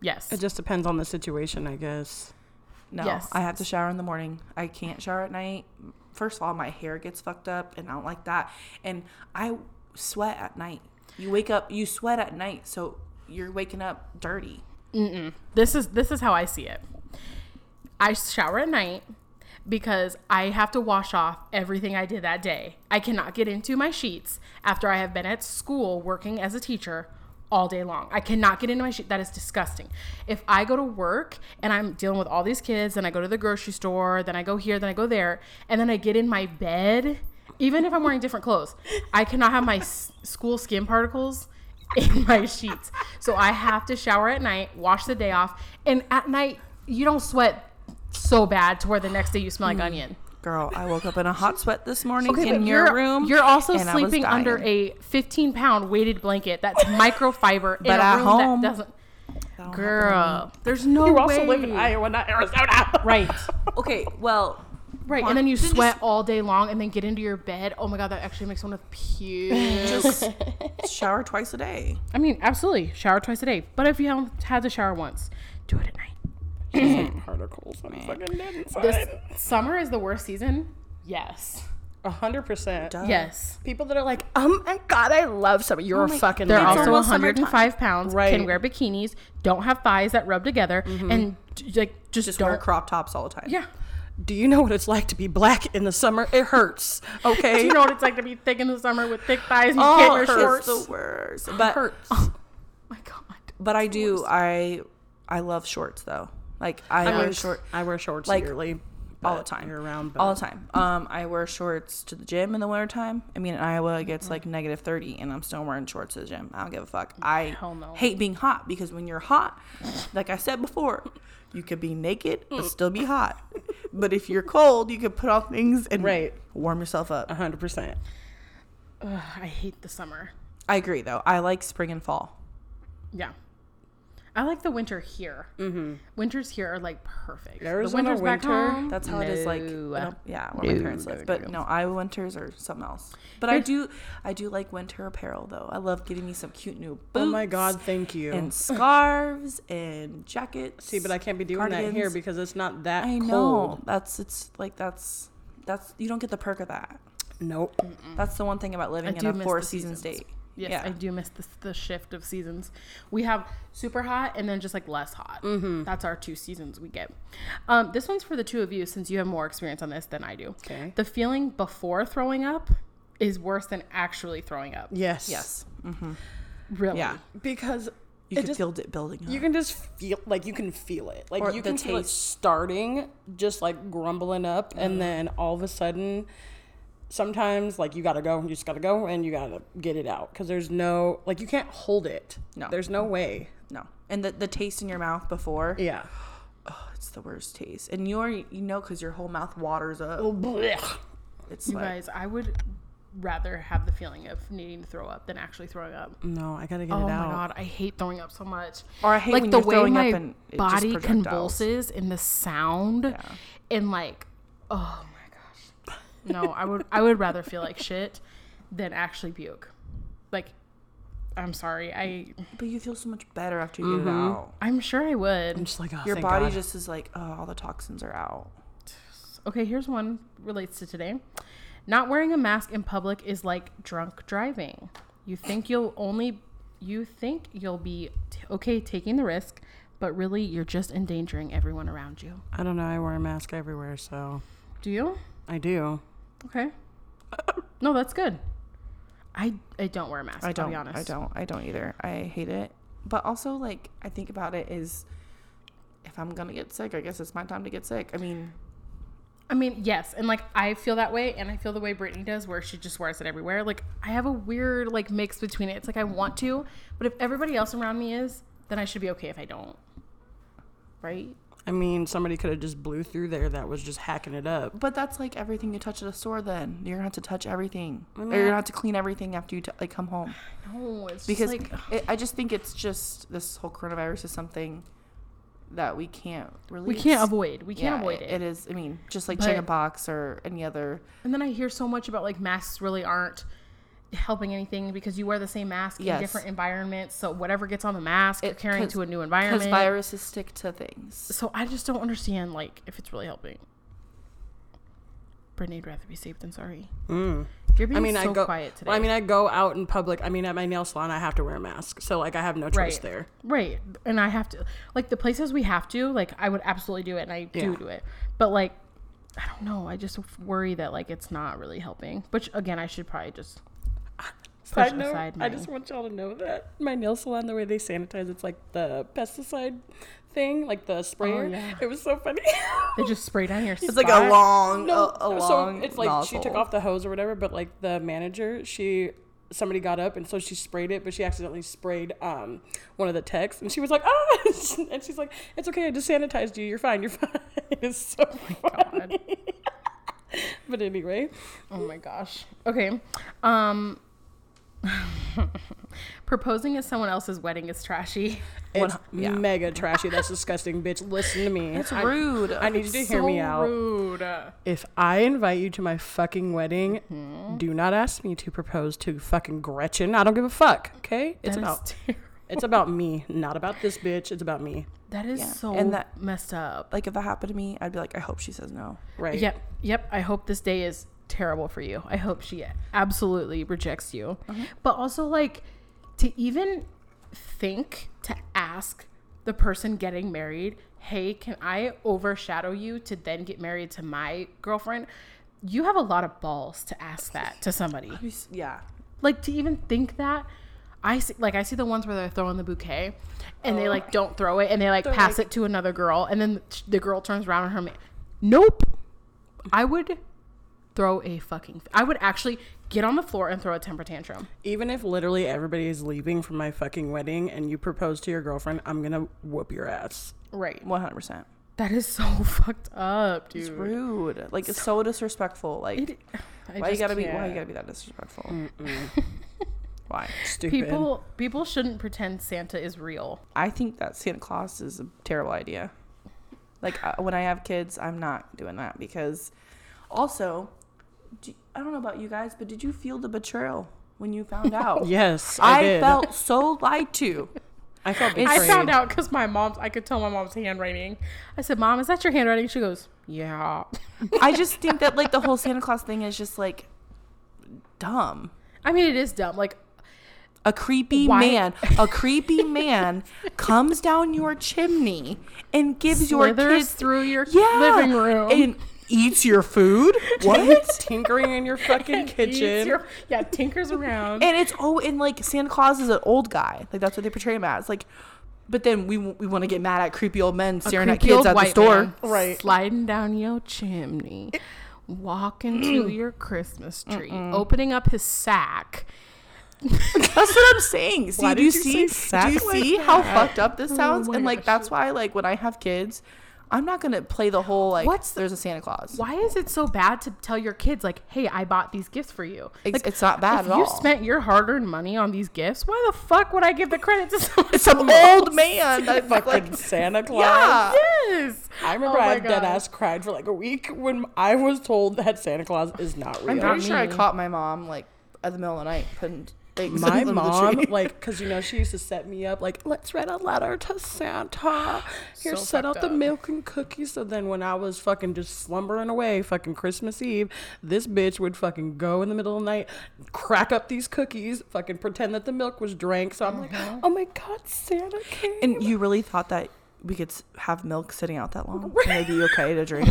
Speaker 1: Yes.
Speaker 2: It just depends on the situation, I guess.
Speaker 3: No,
Speaker 1: Yes.
Speaker 3: I have to shower in the morning. I can't shower at night. First of all, my hair gets fucked up, and I don't like that. And I sweat at night. You wake up, you sweat at night, so you're waking up dirty.
Speaker 1: This is this is how I see it. I shower at night because I have to wash off everything I did that day. I cannot get into my sheets after I have been at school working as a teacher all day long. I cannot get into my sheet. That is disgusting. If I go to work and I'm dealing with all these kids, then I go to the grocery store, then I go here, then I go there, and then I get in my bed, even if I'm wearing different clothes, I cannot have my s- school skin particles in my sheets. So I have to shower at night, wash the day off, and at night you don't sweat so bad to where the next day you smell like onion.
Speaker 3: Girl, I woke up in a hot sweat this morning
Speaker 1: Mm. Okay,
Speaker 3: in
Speaker 1: but
Speaker 3: your
Speaker 1: you're,
Speaker 3: room.
Speaker 1: You're also
Speaker 3: and I was
Speaker 1: sleeping
Speaker 3: dying.
Speaker 1: under a 15 pound weighted blanket [LAUGHS] that's microfiber in
Speaker 3: But
Speaker 1: a
Speaker 3: at
Speaker 1: room
Speaker 3: home,
Speaker 1: that doesn't.
Speaker 3: That don't happen.
Speaker 1: Girl, there's no
Speaker 2: You
Speaker 1: way.
Speaker 2: also live in Iowa, not Arizona. [LAUGHS]
Speaker 1: Right,
Speaker 3: Okay, well,
Speaker 1: right, and then you
Speaker 3: Then just-
Speaker 1: sweat all day long, and then get into your bed. Oh my god, that actually makes one of puke. [LAUGHS]
Speaker 3: [LAUGHS] just shower twice a day.
Speaker 1: I mean, absolutely, shower twice a day. But if you haven't had to shower once, do it at night.
Speaker 2: Particles. I'm fucking dead
Speaker 1: This
Speaker 2: inside.
Speaker 1: summer is the worst season. Yes.
Speaker 2: A hundred percent.
Speaker 3: Duh.
Speaker 1: Yes.
Speaker 2: People that are like, oh my god, I love summer. You're a fucking
Speaker 1: They're
Speaker 2: loser.
Speaker 1: also
Speaker 3: almost
Speaker 1: 105 pounds, can
Speaker 2: Right.
Speaker 1: wear bikinis, don't have thighs that rub together, and j- like just,
Speaker 3: Mm-hmm. Just
Speaker 1: don't.
Speaker 3: wear crop tops all the time.
Speaker 1: yeah.
Speaker 2: Do you know what it's like to be black in the summer? It [LAUGHS] hurts. Okay.
Speaker 1: You know what it's like to be thick in the summer with thick thighs and you can't
Speaker 3: Oh,
Speaker 1: wear
Speaker 3: it's
Speaker 1: shorts. Oh
Speaker 3: the worst. But
Speaker 2: hurts.
Speaker 1: my god.
Speaker 3: But I do. I I love shorts though. Like I,
Speaker 2: I
Speaker 3: wear
Speaker 2: wear
Speaker 3: short
Speaker 2: short. I wear shorts
Speaker 3: like,
Speaker 2: yearly,
Speaker 3: all
Speaker 2: but
Speaker 3: the time.
Speaker 2: year round.
Speaker 3: all the time. Um, I wear shorts to the gym in the wintertime. I mean, in Iowa it gets like negative thirty, and I'm still wearing shorts to the gym. I don't give a
Speaker 2: Mm,
Speaker 3: fuck. I
Speaker 1: Hell no.
Speaker 3: hate being hot because when you're hot, like I said before, you could be naked
Speaker 2: Mm.
Speaker 3: but still be hot. But if you're cold, you could put on things and
Speaker 2: Right. Uh-huh.
Speaker 3: warm yourself up.
Speaker 2: hundred percent.
Speaker 1: Ugh, I hate the summer.
Speaker 3: I agree though. I like spring and fall.
Speaker 1: Yeah. I like the winter here. Mm-hmm. Winters here are like perfect. the
Speaker 2: Arizona
Speaker 1: winters back
Speaker 2: winter,
Speaker 1: home.
Speaker 3: That's how it is. Like,
Speaker 1: no.
Speaker 3: I don't- yeah, where my parents live. But no, Iowa winters are something else. But I do, I do like winter apparel though. I love getting me some cute new boots.
Speaker 2: Oh my god, thank you.
Speaker 3: And scarves and jackets.
Speaker 2: See, but I can't be doing that here
Speaker 3: cardigans.
Speaker 2: because it's not that
Speaker 3: I know
Speaker 2: cold.
Speaker 3: that's it's like that's that's you don't get the perk of that.
Speaker 2: Nope.
Speaker 3: That's the one thing about living in
Speaker 1: do
Speaker 3: a
Speaker 1: miss
Speaker 3: four
Speaker 1: the
Speaker 3: season
Speaker 1: seasons.
Speaker 3: state.
Speaker 1: Yes,
Speaker 3: yeah.
Speaker 1: I do miss the, the shift of seasons. We have super hot and then just like less hot. That's our two seasons we get. Um, this one's for the two of you since you have more experience on this than I do.
Speaker 2: Okay.
Speaker 1: The feeling before throwing up is worse than actually throwing up.
Speaker 2: Yes.
Speaker 3: Yes,
Speaker 1: Really?
Speaker 3: yeah.
Speaker 2: Because
Speaker 3: You
Speaker 2: it
Speaker 3: could
Speaker 2: just
Speaker 3: build it building. Up.
Speaker 2: you can just feel like you can feel it. Like
Speaker 3: Or
Speaker 2: you
Speaker 3: the
Speaker 2: can feel it
Speaker 3: taste.
Speaker 2: starting just like grumbling up and then all of a sudden sometimes like you got to go, you just got to go and you got to get it out cuz there's no like you can't hold it.
Speaker 3: No.
Speaker 2: There's no way.
Speaker 3: no, and the the taste in your mouth before
Speaker 2: Yeah.
Speaker 3: it's the worst taste, and you already you know because your whole mouth waters up.
Speaker 2: Oh, blech.
Speaker 3: It's
Speaker 1: You
Speaker 3: like
Speaker 1: guys, I would rather have the feeling of needing to throw up than actually throwing up.
Speaker 2: No, I got to get
Speaker 1: Oh my
Speaker 2: it out.
Speaker 1: god, I hate throwing up so much.
Speaker 3: Or I hate
Speaker 1: like
Speaker 3: when
Speaker 1: the
Speaker 3: you're
Speaker 1: way
Speaker 3: throwing up
Speaker 1: my
Speaker 3: and it just
Speaker 1: body
Speaker 3: projectiles.
Speaker 1: convulses and the sound, and like, oh
Speaker 3: [LAUGHS]
Speaker 1: my gosh. No, I would I would rather feel like shit than actually puke. Like, I'm sorry. I
Speaker 3: But you feel so much better after you get it out.
Speaker 1: I'm sure I
Speaker 2: I'm
Speaker 1: would.
Speaker 2: just like, oh,
Speaker 3: Your
Speaker 2: Mm-hmm. thank
Speaker 3: body
Speaker 2: God.
Speaker 3: just is like, oh, all the toxins are out.
Speaker 1: Okay, here's one relates to today. Not wearing a mask in public is like drunk driving. You think you'll only you think you'll be t- okay taking the risk, but really you're just endangering everyone around you.
Speaker 2: I don't know, I wear a mask everywhere, so
Speaker 1: Do you?
Speaker 2: I do.
Speaker 1: Okay. No, that's good. I I don't wear a mask.
Speaker 3: I
Speaker 1: I'll
Speaker 3: don't.
Speaker 1: be honest.
Speaker 3: I don't. I don't either. I hate it. But also, like, I think about it is, if I'm gonna get sick, I guess it's my time to get sick. I mean,
Speaker 1: I mean, yes, and like I feel that way, and I feel the way Brittany does, where she just wears it everywhere. Like I have a weird like mix between it. It's like I want to, but if everybody else around me is, then I should be okay if I don't. Right?
Speaker 2: I mean, somebody could have just blew through there that was just hacking it up.
Speaker 3: but that's like everything you touch at a store. Then you're gonna have to touch everything,
Speaker 1: Mm-hmm.
Speaker 3: or you're gonna have to clean everything after you t- like
Speaker 1: [SIGHS]
Speaker 3: come home.
Speaker 1: No, it's
Speaker 3: Because
Speaker 1: just
Speaker 3: [SIGHS]
Speaker 1: like
Speaker 3: it, I just think it's just this whole coronavirus is something that we can't really.
Speaker 1: we can't avoid. We can't
Speaker 3: yeah,
Speaker 1: avoid it.
Speaker 3: It is. I mean, just like
Speaker 1: But-
Speaker 3: chicken box or any other.
Speaker 1: And then I hear so much about like masks really aren't helping anything because you wear the same mask
Speaker 3: Yes.
Speaker 1: in different environments. So whatever gets on the mask, you're
Speaker 3: It-
Speaker 1: carrying
Speaker 3: 'cause-
Speaker 1: to a new
Speaker 3: Because
Speaker 1: environment.
Speaker 3: viruses stick to things.
Speaker 1: So I just don't understand like if it's really helping. Brittany'd rather be safe than sorry. You're being
Speaker 2: Mm. I mean,
Speaker 1: so
Speaker 2: I go.
Speaker 1: quiet today.
Speaker 2: well, I mean, I go out in public. I mean, at my nail salon, I have to wear a mask, so like I have no choice
Speaker 1: right
Speaker 2: there.
Speaker 1: Right, and I have to like the places we have to. Like I would absolutely do it, and I do
Speaker 2: Yeah.
Speaker 1: do it. But like, I don't know. I just worry that like it's not really helping. Which again, I should probably just push
Speaker 2: Side note,
Speaker 1: aside my.
Speaker 2: I just want y'all to know that my nail salon, the way they sanitize, it's like the pesticide thing, like the sprayer.
Speaker 1: Oh, yeah.
Speaker 2: It was so funny. [LAUGHS]
Speaker 1: they just spray down your.
Speaker 3: It's like a long,
Speaker 2: no,
Speaker 3: a, a
Speaker 2: so
Speaker 3: long.
Speaker 2: it's like she took
Speaker 3: nozzle.
Speaker 2: off the hose or whatever, but like the manager, she somebody got up and so she sprayed it, but she accidentally sprayed um one of the texts, and she was like, ah, [LAUGHS] and she's like, it's okay, I just sanitized you, you're fine, you're [LAUGHS] fine. It's so
Speaker 1: Oh God.
Speaker 2: [LAUGHS] But anyway,
Speaker 1: Oh my gosh. Okay. Um [LAUGHS] proposing at someone else's wedding is trashy.
Speaker 2: it's
Speaker 3: yeah.
Speaker 2: mega trashy. That's disgusting, bitch. Listen to me.
Speaker 3: It's rude.
Speaker 2: I, I need you to
Speaker 1: [LAUGHS]
Speaker 2: hear me out.
Speaker 1: Rude.
Speaker 2: If I invite you to my fucking wedding, do not ask me to propose to fucking Gretchen. I don't give a fuck. Okay, it's
Speaker 1: That is
Speaker 2: about
Speaker 1: terrible.
Speaker 2: it's about me, not about this bitch. It's about me.
Speaker 1: That is
Speaker 3: Yeah,
Speaker 1: so
Speaker 3: and that-
Speaker 1: messed up.
Speaker 3: like if that happened to me, I'd be like, I hope she says no.
Speaker 2: Right.
Speaker 1: Yep. Yep. I hope this day is terrible for you. I hope she absolutely rejects you.
Speaker 2: Uh-huh.
Speaker 1: But also like to even think to ask the person getting married, "Hey, can I overshadow you to then get married to my girlfriend?" You have a lot of balls to ask that to somebody.
Speaker 3: Yeah.
Speaker 1: Like to even think that I see, like I see the ones where they're throwing the bouquet, and they like don't throw it, and they like pass it to another girl, and then sh- the girl turns around and her, ma- nope, I would throw a fucking. f- I would actually get on the floor and throw a temper tantrum.
Speaker 2: Even if literally everybody is leaving from my fucking wedding and you propose to your girlfriend, I'm gonna whoop your ass.
Speaker 1: Right.
Speaker 3: One hundred percent.
Speaker 1: That is so [LAUGHS] fucked up, dude.
Speaker 3: It's rude. Like it's so disrespectful. Like
Speaker 1: It- I
Speaker 3: why you
Speaker 1: just
Speaker 3: gotta be why
Speaker 1: can't.
Speaker 3: you gotta be that disrespectful? why?
Speaker 2: Stupid.
Speaker 1: People people shouldn't pretend Santa is real.
Speaker 3: I think that Santa Claus is a terrible idea. Like uh, when I have kids, I'm not doing that because also, do, I don't know about you guys, but did you feel the betrayal when
Speaker 2: [LAUGHS]
Speaker 3: you found out?
Speaker 2: Yes, I,
Speaker 3: I,
Speaker 2: did.
Speaker 3: felt so lied to.
Speaker 2: I felt
Speaker 3: I
Speaker 2: betrayed.
Speaker 1: I found out because my mom's. I could tell my mom's handwriting. I said, "Mom, is that your handwriting?" She goes, "Yeah."
Speaker 3: I just think that like the whole Santa Claus thing is just like dumb.
Speaker 1: I mean, it is dumb.
Speaker 3: [LAUGHS]
Speaker 1: Like,
Speaker 3: A creepy
Speaker 1: Why-
Speaker 3: man, a creepy man comes down your chimney and gives your
Speaker 1: slithers
Speaker 3: kids
Speaker 1: through your
Speaker 3: yeah,
Speaker 1: living room.
Speaker 3: and eats your
Speaker 1: [LAUGHS]
Speaker 3: food.
Speaker 2: what tinkering in your fucking
Speaker 1: and [LAUGHS] eats
Speaker 2: kitchen.
Speaker 1: your- yeah, tinkers
Speaker 3: [LAUGHS]
Speaker 1: around.
Speaker 3: And it's oh, and like Santa Claus is an old guy. Like that's what they portray him as. Like, but then we we want to get mad at creepy old men staring at
Speaker 1: Creepy
Speaker 3: kids
Speaker 1: old
Speaker 3: at the
Speaker 1: white
Speaker 3: store.
Speaker 1: man Sliding down your chimney,
Speaker 3: [CLEARS THROAT]
Speaker 1: walking to your Christmas tree, opening up his sack. [LAUGHS]
Speaker 3: That's what I'm saying. See,
Speaker 2: Why
Speaker 3: do
Speaker 2: did
Speaker 3: you
Speaker 2: you
Speaker 3: see?
Speaker 2: say Oh
Speaker 3: Do you
Speaker 2: sack
Speaker 3: see how fucked up this sounds? and like that's why like when I have kids, I'm not gonna play the whole like
Speaker 1: What's the-
Speaker 3: there's a Santa Claus.
Speaker 1: Why is it so bad to tell your kids like, "Hey, I bought these gifts for you"?
Speaker 3: It's-
Speaker 1: Like,
Speaker 3: it's not bad
Speaker 1: if
Speaker 3: at
Speaker 1: you
Speaker 3: all.
Speaker 1: spent your hard-earned money on these gifts, why the fuck would I give the credit to [LAUGHS] someone?
Speaker 2: [LAUGHS]
Speaker 3: It's some old man that's
Speaker 2: fucking
Speaker 3: like
Speaker 2: Santa Claus.
Speaker 3: yeah.
Speaker 1: yes.
Speaker 2: I remember
Speaker 1: Oh my
Speaker 2: I dead
Speaker 1: God.
Speaker 2: ass cried for like a week when I was told that Santa Claus is not real. [LAUGHS]
Speaker 3: I'm pretty
Speaker 1: Not
Speaker 3: sure I
Speaker 1: me.
Speaker 3: caught my mom like at the middle of the night putting things
Speaker 2: my
Speaker 3: under the
Speaker 2: mom [LAUGHS]
Speaker 3: tree.
Speaker 2: like because you know she used to set me up like let's write a letter to santa here
Speaker 1: So
Speaker 2: set out
Speaker 1: fucked
Speaker 2: the
Speaker 1: up.
Speaker 2: milk and cookies so then when i was fucking just slumbering away fucking christmas eve this bitch would fucking go in the middle of the night crack up these cookies fucking pretend that the milk was drank so i'm like oh my god santa came
Speaker 3: And you really thought that we could s- have milk sitting out that
Speaker 2: [LAUGHS]
Speaker 3: long? And it'd be okay to drink.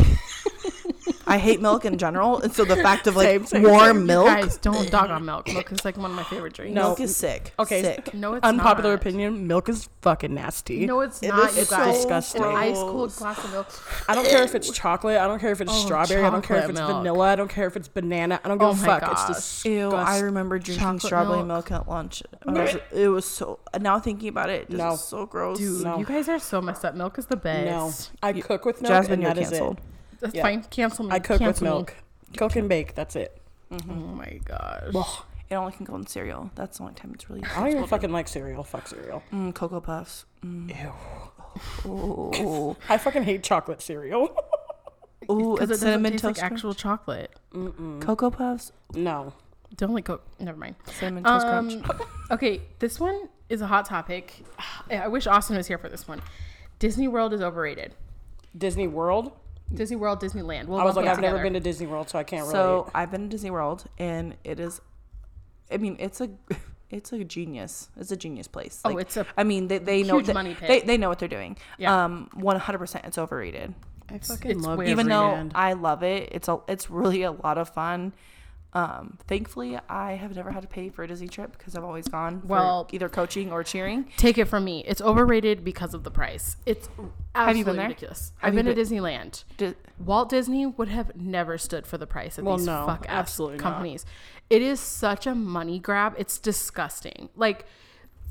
Speaker 3: I hate milk in general, and so the fact of like
Speaker 2: Same, same,
Speaker 3: warm
Speaker 2: same.
Speaker 3: milk,
Speaker 1: Guys, don't dog on milk. Milk is like one of my favorite drinks.
Speaker 2: No.
Speaker 3: milk is sick.
Speaker 2: Okay,
Speaker 3: sick.
Speaker 1: no, it's
Speaker 2: unpopular
Speaker 1: not.
Speaker 2: opinion milk is fucking nasty
Speaker 1: No, it's
Speaker 3: It
Speaker 1: not.
Speaker 3: is
Speaker 1: you
Speaker 3: so
Speaker 1: guys.
Speaker 2: disgusting.
Speaker 1: An ice cold
Speaker 3: gross.
Speaker 1: glass of milk.
Speaker 2: I don't care if it's chocolate. I don't care if it's strawberry. I don't care if
Speaker 1: chocolate
Speaker 2: it's
Speaker 1: milk.
Speaker 2: vanilla. I don't care if it's banana. I don't give
Speaker 1: Oh
Speaker 2: a
Speaker 1: my
Speaker 2: fuck.
Speaker 1: gosh.
Speaker 2: It's disgusting.
Speaker 3: Ew, I remember drinking
Speaker 1: Chocolate
Speaker 3: strawberry
Speaker 1: milk.
Speaker 3: milk. at lunch. I was- it was so. Now thinking about it, this
Speaker 2: No.
Speaker 3: is so gross.
Speaker 1: Dude,
Speaker 2: No.
Speaker 1: you guys are so messed up. Milk is the
Speaker 2: No,
Speaker 1: best.
Speaker 2: I cook with milk.
Speaker 3: Jasmine,
Speaker 2: and
Speaker 3: you're
Speaker 2: that is it.
Speaker 3: canceled.
Speaker 1: That's
Speaker 2: Yeah.
Speaker 1: fine. Cancel me.
Speaker 2: I cook with
Speaker 1: Cancel me.
Speaker 2: milk. Cook and bake. That's it.
Speaker 1: Oh my gosh.
Speaker 3: It only can go in cereal. That's the only time it's really.
Speaker 2: I don't even
Speaker 3: useful to-
Speaker 2: fucking like cereal. Fuck cereal.
Speaker 3: Mm, cocoa puffs. Mm.
Speaker 2: Ew.
Speaker 1: [LAUGHS]
Speaker 3: Ooh,
Speaker 2: I fucking hate chocolate cereal.
Speaker 1: Because
Speaker 3: ooh,
Speaker 1: it
Speaker 3: it's
Speaker 1: doesn't
Speaker 3: cinnamon
Speaker 1: taste like
Speaker 3: toast. Crunch.
Speaker 1: actual chocolate.
Speaker 3: cocoa puffs,
Speaker 2: [LAUGHS] no.
Speaker 1: Don't like cook. Never mind.
Speaker 3: cinnamon toast
Speaker 1: Um,
Speaker 3: crunch.
Speaker 1: okay, this one is a hot topic. [SIGHS] I wish Austin was here for this one. Disney World is overrated.
Speaker 2: Disney World.
Speaker 1: Disney World, Disneyland. We'll
Speaker 2: I was
Speaker 1: lump
Speaker 2: like,
Speaker 1: it
Speaker 2: I've never
Speaker 1: together.
Speaker 2: been to Disney World, so I can't relate.
Speaker 3: So I've been to Disney World, and it is, I mean, it's a, [LAUGHS] it's a genius. It's a genius place.
Speaker 1: Oh, it's a
Speaker 3: I mean, they, they know
Speaker 1: huge
Speaker 3: they,
Speaker 1: money pit.
Speaker 3: They, they know what they're doing.
Speaker 1: Yeah.
Speaker 3: Um, one hundred percent, it's overrated.
Speaker 2: I
Speaker 1: fucking it's love way
Speaker 3: Even
Speaker 1: Every
Speaker 3: though I love it, it's a, it's really a lot of fun. Um, thankfully, I have never had to pay for a Disney trip because I've always gone for
Speaker 1: Well-
Speaker 3: either coaching or cheering.
Speaker 1: Take it from me. It's overrated because of the price. It's absolutely
Speaker 3: you been there?
Speaker 1: ridiculous.
Speaker 3: Have
Speaker 1: I've
Speaker 3: you
Speaker 1: been, to Disneyland.
Speaker 3: Di-
Speaker 1: Walt Disney would have never stood for the price of
Speaker 2: Well,
Speaker 1: these
Speaker 2: no,
Speaker 1: fuck ass
Speaker 2: absolutely not.
Speaker 1: companies. It is such a money grab. It's disgusting. Like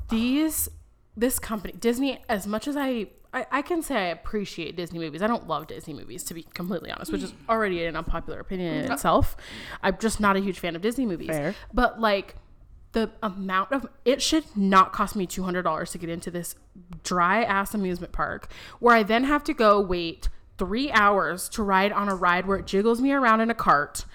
Speaker 1: these this company Disney as much as I I, I can say I appreciate Disney movies. I don't love Disney movies, to be completely honest, which is already an unpopular opinion in itself. I'm just not a huge fan of Disney movies.
Speaker 2: Fair.
Speaker 1: But like the amount of it should not cost me two hundred dollars to get into this dry ass amusement park where I then have to go wait three hours to ride on a ride where it jiggles me around in a cart.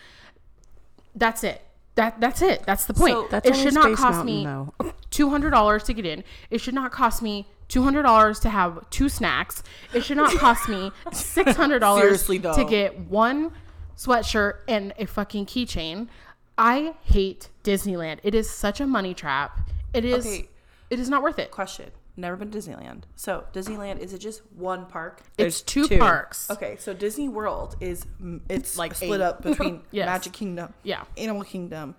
Speaker 1: That's it. That that's it. That's the point.
Speaker 3: So-
Speaker 2: That's
Speaker 1: it
Speaker 2: only
Speaker 1: should not
Speaker 2: Space
Speaker 1: cost
Speaker 2: Mountain,
Speaker 1: me
Speaker 2: though.
Speaker 1: two hundred dollars to get in. It should not cost me two hundred dollars to have two snacks. It should not cost
Speaker 3: [LAUGHS]
Speaker 1: me six hundred dollars
Speaker 3: Seriously, though.
Speaker 1: to get one sweatshirt and a fucking keychain. I hate Disneyland. It is such a money trap. It is.
Speaker 3: Okay.
Speaker 1: It is not worth it.
Speaker 3: question: Never been to Disneyland. So Disneyland is it just one park?
Speaker 1: It's
Speaker 2: There's
Speaker 1: two,
Speaker 2: two.
Speaker 1: parks.
Speaker 3: Okay, so Disney World is it's
Speaker 2: Like
Speaker 3: like split
Speaker 2: eight.
Speaker 3: up between
Speaker 1: [LAUGHS] Yes.
Speaker 3: Magic Kingdom,
Speaker 1: Yeah.
Speaker 3: Animal Kingdom,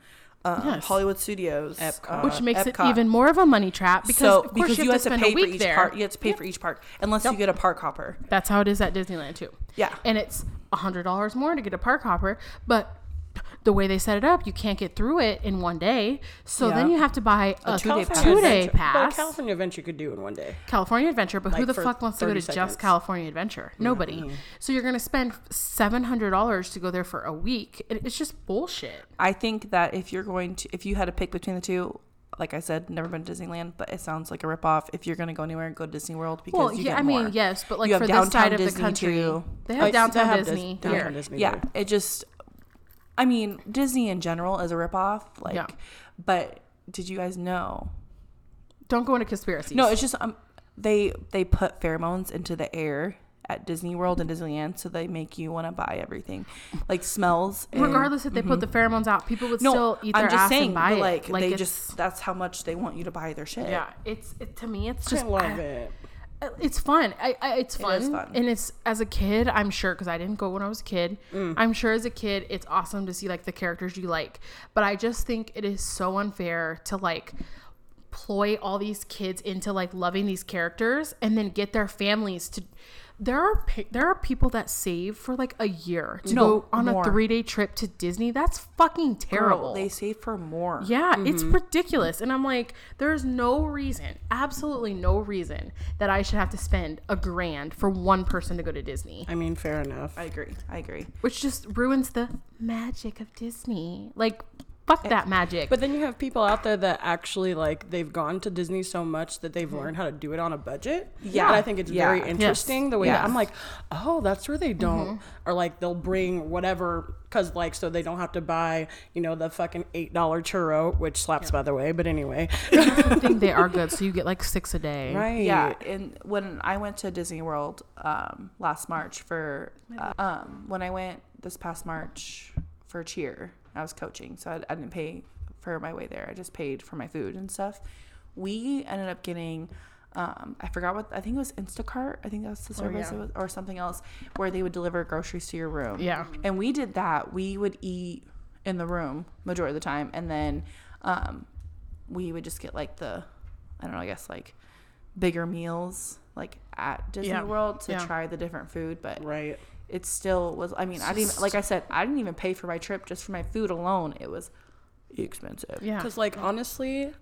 Speaker 3: um,
Speaker 1: Yes.
Speaker 3: Hollywood Studios, uh,
Speaker 2: Epcot.
Speaker 1: which makes
Speaker 3: Epcot.
Speaker 1: it even more of a money trap because
Speaker 3: so
Speaker 1: of course
Speaker 3: because
Speaker 1: you, have to spend
Speaker 3: pay
Speaker 1: a
Speaker 3: for
Speaker 1: week
Speaker 3: each
Speaker 1: there.
Speaker 3: park, you have to pay for each park unless you get a park hopper.
Speaker 1: That's how it is at Disneyland too.
Speaker 3: Yeah.
Speaker 1: And it's hundred dollars more to get a park hopper, but the way they set it up, you can't get through it in one day. So then
Speaker 3: Yeah.
Speaker 1: you have to buy a,
Speaker 3: two-day
Speaker 1: two-day
Speaker 3: pass.
Speaker 1: pass.
Speaker 2: Adventure. But a California Adventure could do in one day.
Speaker 1: California Adventure, but
Speaker 2: Like,
Speaker 1: who the
Speaker 2: for
Speaker 1: fuck wants to go
Speaker 2: 30
Speaker 1: to
Speaker 2: seconds.
Speaker 1: just California Adventure? Nobody. So you're gonna spend seven hundred dollars to go there for a week. It- It's just bullshit.
Speaker 3: I think that if you're going to, if you had to pick between the two, like I said, never been to Disneyland, but it sounds like a ripoff. If you're going to go anywhere, go to Disney World because
Speaker 1: Well,
Speaker 3: you
Speaker 1: yeah,
Speaker 3: get
Speaker 1: I mean,
Speaker 3: more.
Speaker 1: yes, but like
Speaker 3: You have
Speaker 1: for
Speaker 3: downtown
Speaker 1: this side of the
Speaker 3: Disney,
Speaker 1: country,
Speaker 3: too.
Speaker 1: they
Speaker 2: Oh,
Speaker 1: have
Speaker 2: they
Speaker 1: downtown
Speaker 2: have Dis-
Speaker 1: Disney
Speaker 2: downtown
Speaker 1: here.
Speaker 2: Disney
Speaker 3: yeah,
Speaker 2: there.
Speaker 3: it just, I mean, Disney in general is a ripoff. Like,
Speaker 1: Yeah.
Speaker 3: but did you guys know?
Speaker 1: Don't go into conspiracies.
Speaker 3: No, it's just um, they they put pheromones into the air at Disney World and Disneyland, so they make you want to buy everything, like smells. and-
Speaker 1: regardless if they put the pheromones out, people would
Speaker 3: Mm, mm-hmm. no,
Speaker 1: still eat their
Speaker 3: I'm just
Speaker 1: ass
Speaker 3: saying,
Speaker 1: and buy
Speaker 3: but,
Speaker 1: it.
Speaker 3: like, they
Speaker 1: it's-
Speaker 3: just that's how much they want you to buy their shit.
Speaker 1: yeah. It's it, to me, it's
Speaker 2: I
Speaker 1: just
Speaker 2: love it.
Speaker 1: I- it's fun. I, I it's fun.
Speaker 3: is fun.
Speaker 1: and it's as a kid, I'm sure because I didn't go when I was a kid.
Speaker 3: Mm.
Speaker 1: I'm sure as a kid, it's awesome to see like the characters you like, but I just think it is so unfair to like ploy all these kids into like loving these characters and then get their families to. There are pe- there are people that save for like a year to
Speaker 3: No,
Speaker 1: go on
Speaker 3: more.
Speaker 1: a three day trip to Disney. That's fucking terrible.
Speaker 3: Girl, they save for more.
Speaker 1: Yeah, it's
Speaker 2: Mm-hmm.
Speaker 1: ridiculous. And I'm like, there's no reason, absolutely no reason that I should have to spend a grand for one person to go to Disney,
Speaker 2: I mean, fair enough.
Speaker 3: I agree. I agree.
Speaker 1: which just ruins the magic of Disney. Like, fuck that magic.
Speaker 2: Eh, But then you have people out there that actually like they've gone to Disney so much that they've learned how to do it on a budget.
Speaker 3: Mm-hmm. Yeah.
Speaker 2: and I think it's
Speaker 3: Yeah.
Speaker 2: very interesting the way that I'm
Speaker 3: Yes. Mm-hmm.
Speaker 2: like, oh, that's where they don't, or like they'll bring whatever because like so they don't have to buy you know the fucking eight dollar churro, which slaps by the way. But anyway,
Speaker 1: I think they are good. So you get like six a day.
Speaker 2: right?
Speaker 3: Yeah, and when I went to Disney World um, last March for uh, um, when I went this past March for cheer, I was coaching, so I, I didn't pay for my way there. I just paid for my food and stuff. We ended up getting. Um, I forgot what I think it was Instacart. I think that was
Speaker 1: Oh,
Speaker 3: the service it was- or something else where they would deliver groceries to your room.
Speaker 1: Yeah.
Speaker 3: And we did that. We would eat in the room majority of the time, and then um, we would just get like the, I don't know, I guess like bigger meals like at Disney
Speaker 1: Yeah.
Speaker 3: World to
Speaker 1: Yeah.
Speaker 3: try the different food, but
Speaker 2: right.
Speaker 3: it still was. I mean, I didn't like I said, I didn't even pay for my trip just for my food alone. It was expensive.
Speaker 1: Yeah.
Speaker 2: Because like honestly,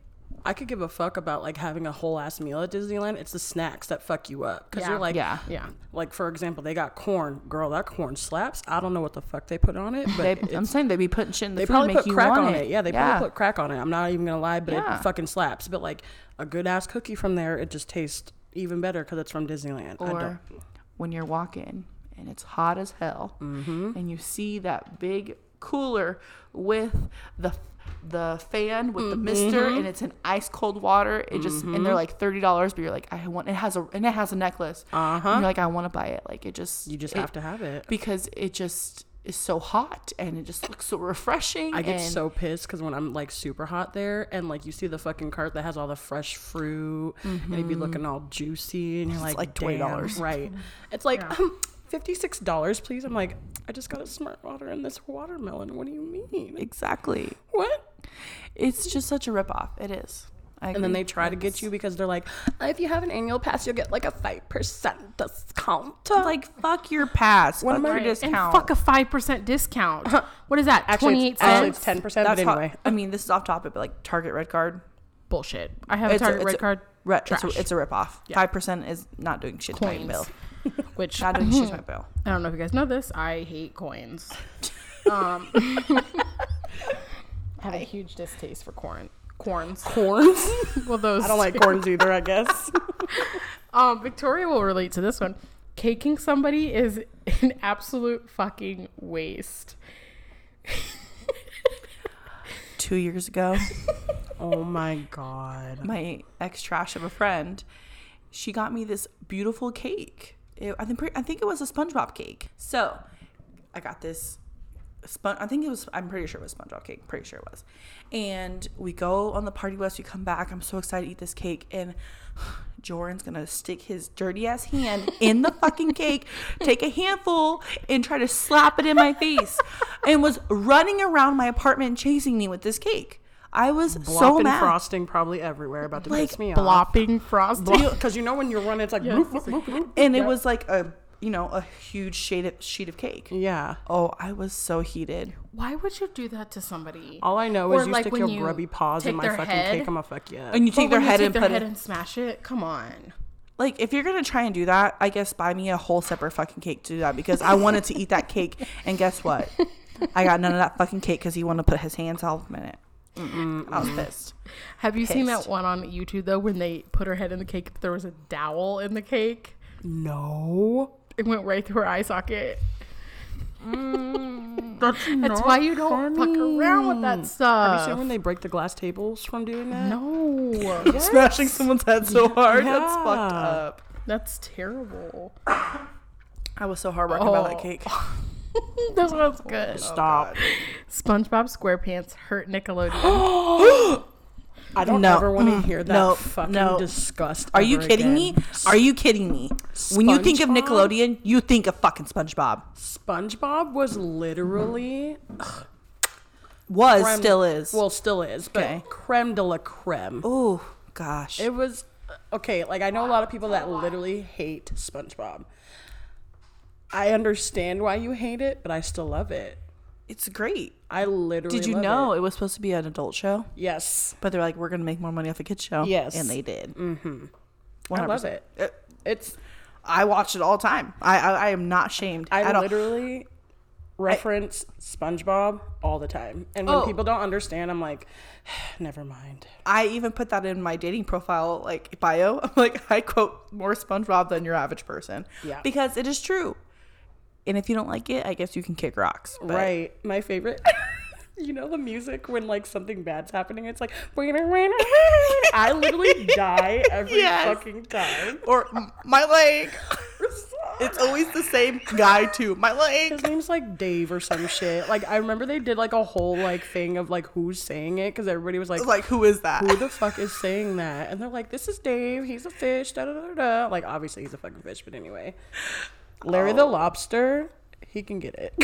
Speaker 2: I could give a fuck about like having a whole ass meal at Disneyland. It's the snacks that fuck you up because
Speaker 1: Yeah.
Speaker 2: you're like,
Speaker 3: Yeah.
Speaker 1: Yeah.
Speaker 2: Like for example, they got corn. Girl, that corn slaps. I don't know what the fuck they put on it, but
Speaker 3: They,
Speaker 2: it's-
Speaker 3: I'm saying they'd be putting shit in the
Speaker 2: they
Speaker 3: food.
Speaker 2: probably
Speaker 3: make
Speaker 2: put
Speaker 3: you
Speaker 2: crack
Speaker 3: want
Speaker 2: on it. Yeah, they probably put crack on it. I'm not even gonna lie, but
Speaker 3: Yeah.
Speaker 2: it fucking slaps. But like a good ass cookie from there, it just tastes even better because it's from Disneyland. I don't,
Speaker 3: Or when you're walking and it's hot as hell,
Speaker 2: Mm-hmm.
Speaker 3: and you see that big cooler with the the fan with
Speaker 2: Mm-hmm.
Speaker 3: the mister, and it's in ice cold water. It just and they're like thirty dollars, but you're like, I want. It has a and it has a necklace. Uh huh. You're like, I want to buy it. Like it just
Speaker 2: Uh-huh. you just
Speaker 3: it-
Speaker 2: have to have it.
Speaker 3: because it just is so hot and it just looks so refreshing.
Speaker 2: I get
Speaker 3: and
Speaker 2: so pissed because when I'm like super hot there, and like you see the fucking cart that has all the fresh fruit, and it'd be looking all juicy, and you're like,
Speaker 3: like
Speaker 2: "Damn,
Speaker 3: $20.
Speaker 2: right? It's like um, fifty six dollars, please. I'm like, I just got a smart water and this watermelon. What do you mean?
Speaker 3: exactly.
Speaker 2: What?
Speaker 3: It's just such a ripoff. It is. I
Speaker 2: And then
Speaker 3: agree.
Speaker 2: they try to get you because they're like, "Uh, if you have an annual pass, you'll get like a five percent discount.
Speaker 3: like fuck your pass,
Speaker 2: One
Speaker 3: fuck
Speaker 2: of
Speaker 3: your
Speaker 2: my- and
Speaker 3: discount,
Speaker 1: And fuck a 5% discount. What is that?
Speaker 2: Uh-huh. Actually,
Speaker 1: 28
Speaker 2: it's- actually,
Speaker 1: cents?
Speaker 2: it's ten percent. But
Speaker 3: That's how-
Speaker 2: anyway,
Speaker 3: I mean, this is off topic, but like Target Red Card,
Speaker 1: Bullshit. I have a Target red card,
Speaker 3: Re- it's a,
Speaker 1: Trash.
Speaker 3: it's a ripoff. Five
Speaker 1: Yeah.
Speaker 3: percent is not doing shit to my
Speaker 1: Coins.
Speaker 3: bill.
Speaker 1: which
Speaker 3: Not doing shit to my bill.
Speaker 1: I don't know if you guys know this. I hate
Speaker 3: [LAUGHS]
Speaker 1: coins. Um, [LAUGHS] I have a huge distaste for corn. Corns.
Speaker 2: [LAUGHS] corns.
Speaker 3: [LAUGHS]
Speaker 1: Well, those.
Speaker 2: I don't like corns either. I guess.
Speaker 1: Um, Victoria will relate to this one. Caking somebody is [LAUGHS] an absolute fucking waste.
Speaker 3: Two years ago,
Speaker 2: [LAUGHS] oh my god.
Speaker 3: my ex trash of a friend, she got me this beautiful cake. It, I think I think it was a SpongeBob cake. So I got this spon- I think it was. I'm pretty sure it was SpongeBob cake. Pretty sure it was. And we go on the party bus. We come back. I'm so excited to eat this cake. And [SIGHS] Joran's gonna stick his dirty ass hand in the fucking cake, take a handful, and try to slap it in my face. and was running around my apartment chasing me with this cake. I was so
Speaker 2: Blopping
Speaker 3: mad.
Speaker 2: frosting probably everywhere, about to
Speaker 3: Like,
Speaker 2: piss me [LAUGHS] off.
Speaker 1: Blopping frosting.
Speaker 2: Because you know when you run, it's like
Speaker 1: Yes.
Speaker 2: woof, woof, woof, woof.
Speaker 3: and
Speaker 1: Yep.
Speaker 3: it was like a you know a huge shade of, sheet of cake.
Speaker 2: yeah.
Speaker 3: Oh, I was so heated.
Speaker 1: Why would you do that to somebody?
Speaker 2: All I know
Speaker 1: Or,
Speaker 2: is you stick
Speaker 1: when
Speaker 2: your
Speaker 1: you
Speaker 2: grubby paws
Speaker 1: take
Speaker 2: in my
Speaker 1: their
Speaker 2: fucking
Speaker 1: head-
Speaker 2: cake. I'm a fuck yeah.
Speaker 3: And you
Speaker 1: But
Speaker 3: take their
Speaker 1: when you
Speaker 3: head
Speaker 1: take
Speaker 3: and
Speaker 1: their
Speaker 3: put
Speaker 1: head
Speaker 3: it.
Speaker 1: and smash it. Come on.
Speaker 3: Like, if you're gonna try and do that, I guess buy me a whole separate fucking cake to do that because I wanted to
Speaker 1: [LAUGHS]
Speaker 3: eat that cake. And guess what? I got none of that fucking cake because he wanted to put his hands all in it. I was pissed.
Speaker 1: Have you seen that
Speaker 3: Pissed.
Speaker 1: one on YouTube though when they put her head in the cake? There was a dowel in the cake.
Speaker 2: no.
Speaker 1: It went right through her eye socket.
Speaker 2: Mm.
Speaker 1: [LAUGHS] That's why you don't fuck around with that
Speaker 2: Have you seen
Speaker 1: stuff.
Speaker 2: when they break the glass tables from doing that?
Speaker 1: [GASPS] [LAUGHS] No,
Speaker 3: Smashing someone's head so hard. That's fucked
Speaker 2: Yeah.
Speaker 3: up.
Speaker 1: that's terrible.
Speaker 3: I was so heartbroken about
Speaker 1: Oh.
Speaker 3: that cake.
Speaker 1: [LAUGHS] that sounds good.
Speaker 2: Stop.
Speaker 1: SpongeBob SquarePants hurt [GASPS] Nickelodeon.
Speaker 2: [GASPS] I don't
Speaker 3: No.
Speaker 2: ever want to hear that
Speaker 3: No.
Speaker 2: fucking
Speaker 3: No.
Speaker 2: disgust.
Speaker 3: Are you
Speaker 2: ever
Speaker 3: kidding me?
Speaker 2: again.
Speaker 3: Are you kidding me? When you think of
Speaker 2: SpongeBob?
Speaker 3: Nickelodeon, you think of fucking SpongeBob.
Speaker 2: SpongeBob was literally
Speaker 3: Was,
Speaker 2: creme-
Speaker 3: still is.
Speaker 2: Well, still is, but
Speaker 3: Okay.
Speaker 2: creme de la creme.
Speaker 3: oh, gosh.
Speaker 2: It was okay. Like I know a lot of people that literally hate SpongeBob. I understand why you hate it, but I still love it.
Speaker 3: it's great.
Speaker 2: I literally
Speaker 3: Did you
Speaker 2: love
Speaker 3: know
Speaker 2: It.
Speaker 3: it was supposed to be an adult show?
Speaker 2: Yes,
Speaker 3: But they're like, we're gonna make more money off a kids show.
Speaker 2: Yes.
Speaker 3: and they did. Mm-hmm.
Speaker 2: I love it.
Speaker 3: Uh,
Speaker 2: It's
Speaker 3: I watch it all the time. I I, I am not shamed
Speaker 2: I
Speaker 3: at all.
Speaker 2: literally reference SpongeBob all the time, and when
Speaker 3: Oh.
Speaker 2: people don't understand, I'm like, [SIGHS] never mind.
Speaker 3: I even put that in my dating profile like bio. [LAUGHS] I'm like, I quote more SpongeBob than your average person.
Speaker 2: Yeah.
Speaker 3: because it is true. And if you don't like it, I guess you can kick rocks. But [LAUGHS]
Speaker 2: Right. My favorite. [LAUGHS] you know the music when like something bad's happening? It's like [LAUGHS] I literally die every
Speaker 3: Yes.
Speaker 2: fucking time.
Speaker 3: Or "Mm, my [LAUGHS] leg. it's always the same guy too. My leg.
Speaker 2: His name's like Dave or some shit. Like I remember they did like a whole like thing of like who's saying it because everybody was like,
Speaker 3: Like who is that?
Speaker 2: who
Speaker 3: [LAUGHS]
Speaker 2: the fuck is saying that? And they're like, this is Dave. He's a fish. Da da da da. Like obviously he's a fucking fish, but anyway, Larry the lobster. He can get it.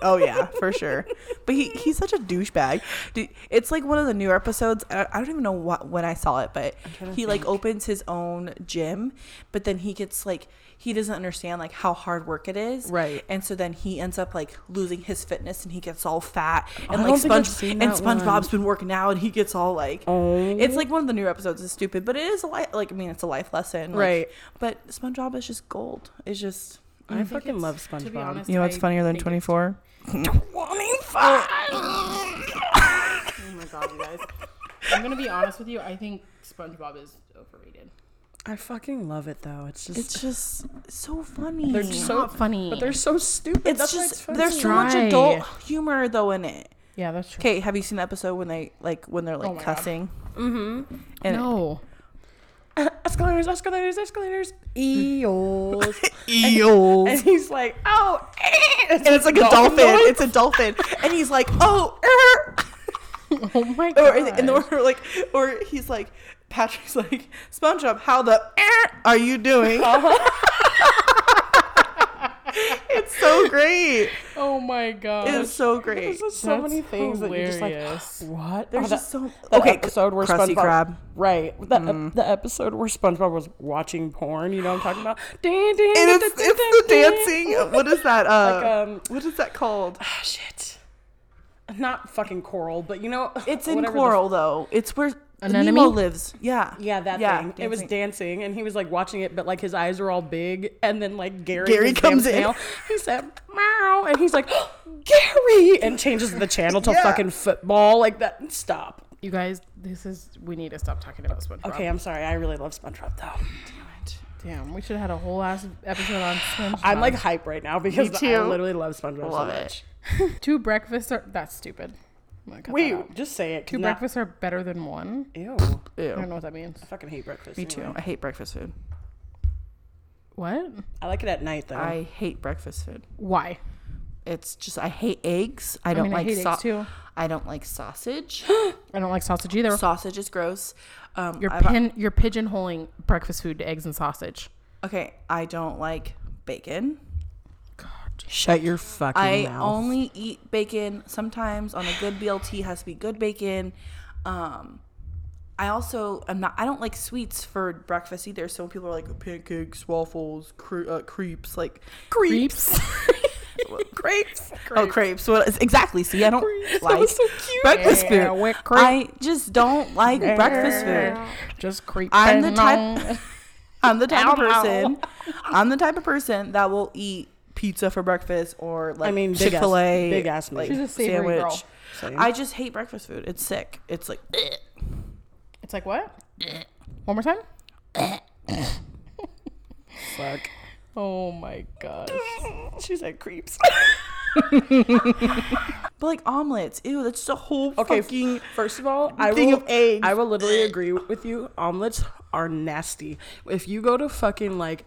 Speaker 3: Oh yeah, for sure. But he, he's such a douchebag. Dude, It's like one of the newer episodes. I I don't even know what when I saw it, but he like opens his own gym, but then he gets like he doesn't understand like how hard work it is.
Speaker 2: Right.
Speaker 3: And so then he ends up like losing his fitness and he gets all fat and
Speaker 2: I
Speaker 3: like
Speaker 2: don't think I've
Speaker 3: Sponge
Speaker 2: seen
Speaker 3: and
Speaker 2: that Oh.
Speaker 3: SpongeBob's been working out and he gets all like it's like one of the newer episodes is stupid, but it is a li- like I mean it's a life lesson. like-
Speaker 2: Right.
Speaker 3: But SpongeBob is just gold. It's just
Speaker 2: [LAUGHS] I fucking love SpongeBob.
Speaker 1: to be honest,
Speaker 3: you know what's
Speaker 1: I
Speaker 3: funnier than
Speaker 1: think
Speaker 3: twenty four?
Speaker 1: it's- Oh my god, you guys! I'm gonna be honest with you. I think SpongeBob is overrated.
Speaker 2: I fucking love it though. It's just
Speaker 3: It's just so funny.
Speaker 2: They're just so
Speaker 1: not funny.
Speaker 2: [LAUGHS] but they're so stupid.
Speaker 3: it's
Speaker 2: That's why
Speaker 3: just
Speaker 2: funny.
Speaker 3: there's so much
Speaker 1: Try.
Speaker 3: adult humor though in it.
Speaker 1: yeah, that's true.
Speaker 3: Okay, have you seen the episode when they like when they're like
Speaker 1: Oh my God.
Speaker 3: cussing? Mm-hmm. And [LAUGHS]
Speaker 1: No,
Speaker 2: escalators, escalators, escalators, eels,
Speaker 3: [LAUGHS] eels.
Speaker 2: and he's like, oh, eh.
Speaker 3: And it's like a dolphin. It's a dolphin, and he's like, "Oh," er.
Speaker 1: [LAUGHS] oh my
Speaker 3: [LAUGHS] or
Speaker 1: god!
Speaker 3: and or like, or he's like, Patrick's [LAUGHS] like, SpongeBob, how the [LAUGHS] er are you doing? [LAUGHS] it's so great.
Speaker 1: [LAUGHS] oh my god!
Speaker 3: It's so great. [LAUGHS]
Speaker 2: There's just so
Speaker 1: That's
Speaker 2: many things that you're just
Speaker 1: hilarious.
Speaker 2: like, [GASPS] what?
Speaker 3: There's
Speaker 2: Or
Speaker 3: just so
Speaker 2: the
Speaker 3: okay. c-
Speaker 2: episode where
Speaker 3: Krusty
Speaker 2: SpongeBob,
Speaker 3: Krab. Mm.
Speaker 2: right? The, the episode where SpongeBob was watching porn. You know what I'm talking
Speaker 3: [GASPS]
Speaker 2: about? Ding, ding,
Speaker 3: and it's,
Speaker 2: ding, ding,
Speaker 3: it's the
Speaker 2: ding, ding.
Speaker 3: dancing. What is that? Uh,
Speaker 2: Like, um, [SIGHS]
Speaker 3: what is that called?
Speaker 2: Ah, shit. Not fucking coral, but you know,
Speaker 3: [LAUGHS] It's in
Speaker 2: whatever the
Speaker 3: Coral though. It's where
Speaker 1: Anemone?
Speaker 3: Nemo lives. Yeah.
Speaker 2: Yeah, that thing. It was
Speaker 3: dancing.
Speaker 2: dancing, and he was like watching it, but like his eyes were all big. And then like Gary,
Speaker 3: Gary
Speaker 2: his damn
Speaker 3: comes in.
Speaker 2: snail, He said meow, and he's like [GASPS] Gary, and changes the channel to
Speaker 3: Yeah.
Speaker 2: fucking football. Like that. Stop.
Speaker 1: you guys, this is we need to stop talking about SpongeBob.
Speaker 2: Okay, I'm sorry. I really love SpongeBob though.
Speaker 1: Damn, we should have had a whole last episode on SpongeBob.
Speaker 2: I'm like hype right now because I
Speaker 3: too.
Speaker 2: literally love SpongeBob
Speaker 3: Love
Speaker 2: so
Speaker 3: it.
Speaker 2: much.
Speaker 1: two breakfasts are that's stupid. I'm gonna cut
Speaker 2: Wait,
Speaker 1: that out.
Speaker 2: just say it. 'cause
Speaker 1: two
Speaker 2: now-
Speaker 1: breakfasts are better than one.
Speaker 2: Ew.
Speaker 1: I don't
Speaker 3: Ew.
Speaker 1: know what that means.
Speaker 2: I fucking hate breakfast.
Speaker 3: Me
Speaker 2: anyway.
Speaker 3: too. I hate breakfast food.
Speaker 1: What?
Speaker 2: I like it at night though.
Speaker 3: I hate breakfast food.
Speaker 1: Why?
Speaker 3: It's just I hate eggs. I don't
Speaker 1: mean, I
Speaker 3: like
Speaker 1: hate eggs,
Speaker 3: sau-
Speaker 1: too.
Speaker 3: I don't
Speaker 1: [GASPS]
Speaker 3: like sausage.
Speaker 1: I don't like sausage either.
Speaker 3: sausage is gross. Um,
Speaker 1: you're
Speaker 3: I've-
Speaker 1: pin, you're pigeonholing breakfast food to eggs and sausage.
Speaker 3: okay, I don't like bacon.
Speaker 2: Shut your fucking
Speaker 3: I
Speaker 2: mouth.
Speaker 3: only eat bacon sometimes on a good BLT has to be good bacon. Um I also am not I don't like sweets for breakfast either. So when people are like pancakes, waffles, cre- uh, crepes, like
Speaker 1: [LAUGHS] Creeps.
Speaker 3: crepes. Oh, crepes. Well, it's- exactly. See, I don't like
Speaker 2: so cute.
Speaker 3: breakfast
Speaker 1: Yeah,
Speaker 3: food.
Speaker 1: with crepe.
Speaker 3: I just don't like breakfast food.
Speaker 1: Just creep.
Speaker 3: I'm
Speaker 1: [LAUGHS]
Speaker 3: the type. I'm the type of
Speaker 1: Ow, ow.
Speaker 3: person. I'm the type of person that will eat pizza for breakfast or like
Speaker 2: I mean, big ass-
Speaker 3: Chick Fil A,
Speaker 2: big ass meat.
Speaker 1: She's a savory girl.
Speaker 2: Same.
Speaker 3: I just hate breakfast food. It's sick. It's like
Speaker 1: It's like [SNIFFS] what? One more time.
Speaker 2: Fuck.
Speaker 1: Oh my gosh.
Speaker 2: She said [LAUGHS] creeps.
Speaker 3: but like omelets. Ew, that's just a whole
Speaker 2: Okay, f-
Speaker 3: fucking.
Speaker 2: first of all, I
Speaker 3: thing
Speaker 2: will,
Speaker 3: of eggs.
Speaker 2: I will literally agree with you. Omelets are nasty. If you go to fucking like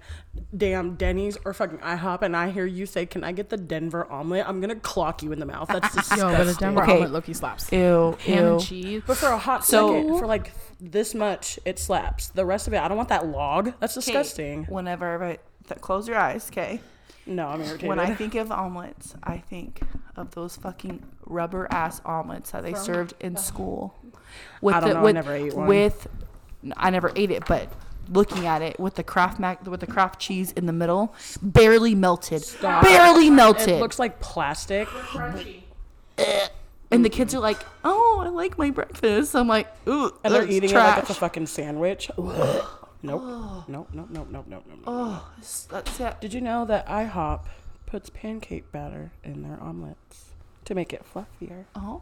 Speaker 2: damn Denny's or fucking IHOP and I hear you say, Can I get the Denver omelet? I'm gonna clock you in the mouth. That's
Speaker 1: Yo,
Speaker 2: disgusting.
Speaker 1: but the Denver
Speaker 3: Okay.
Speaker 1: omelet Loki slaps.
Speaker 3: Ew,
Speaker 1: Ham and cheese.
Speaker 2: But for a hot
Speaker 3: So-
Speaker 2: second, for like this much, it slaps. The rest of it, I don't want that log. That's disgusting.
Speaker 3: Whenever I th- close your eyes, okay.
Speaker 2: No, I'm irritated.
Speaker 3: When I think of omelets, I think of those fucking rubber ass omelets that they served in school. With
Speaker 2: I don't know, I
Speaker 3: with,
Speaker 2: never ate one.
Speaker 3: With n- I never ate it, but looking at it with the craft mac with the craft cheese in the middle, barely melted,
Speaker 2: Stop.
Speaker 3: barely melted.
Speaker 2: it looks like plastic.
Speaker 3: and the kids are like, "Oh, I like my breakfast." I'm like, "Ooh,
Speaker 2: And they're
Speaker 3: that's
Speaker 2: eating it like
Speaker 3: trash.
Speaker 2: it's a fucking sandwich. nope. Nope, nope, nope, nope, nope, nope, nope.
Speaker 3: oh, s- that's it.
Speaker 2: Did you know that IHOP puts pancake batter in their omelets to make it fluffier?
Speaker 3: Oh,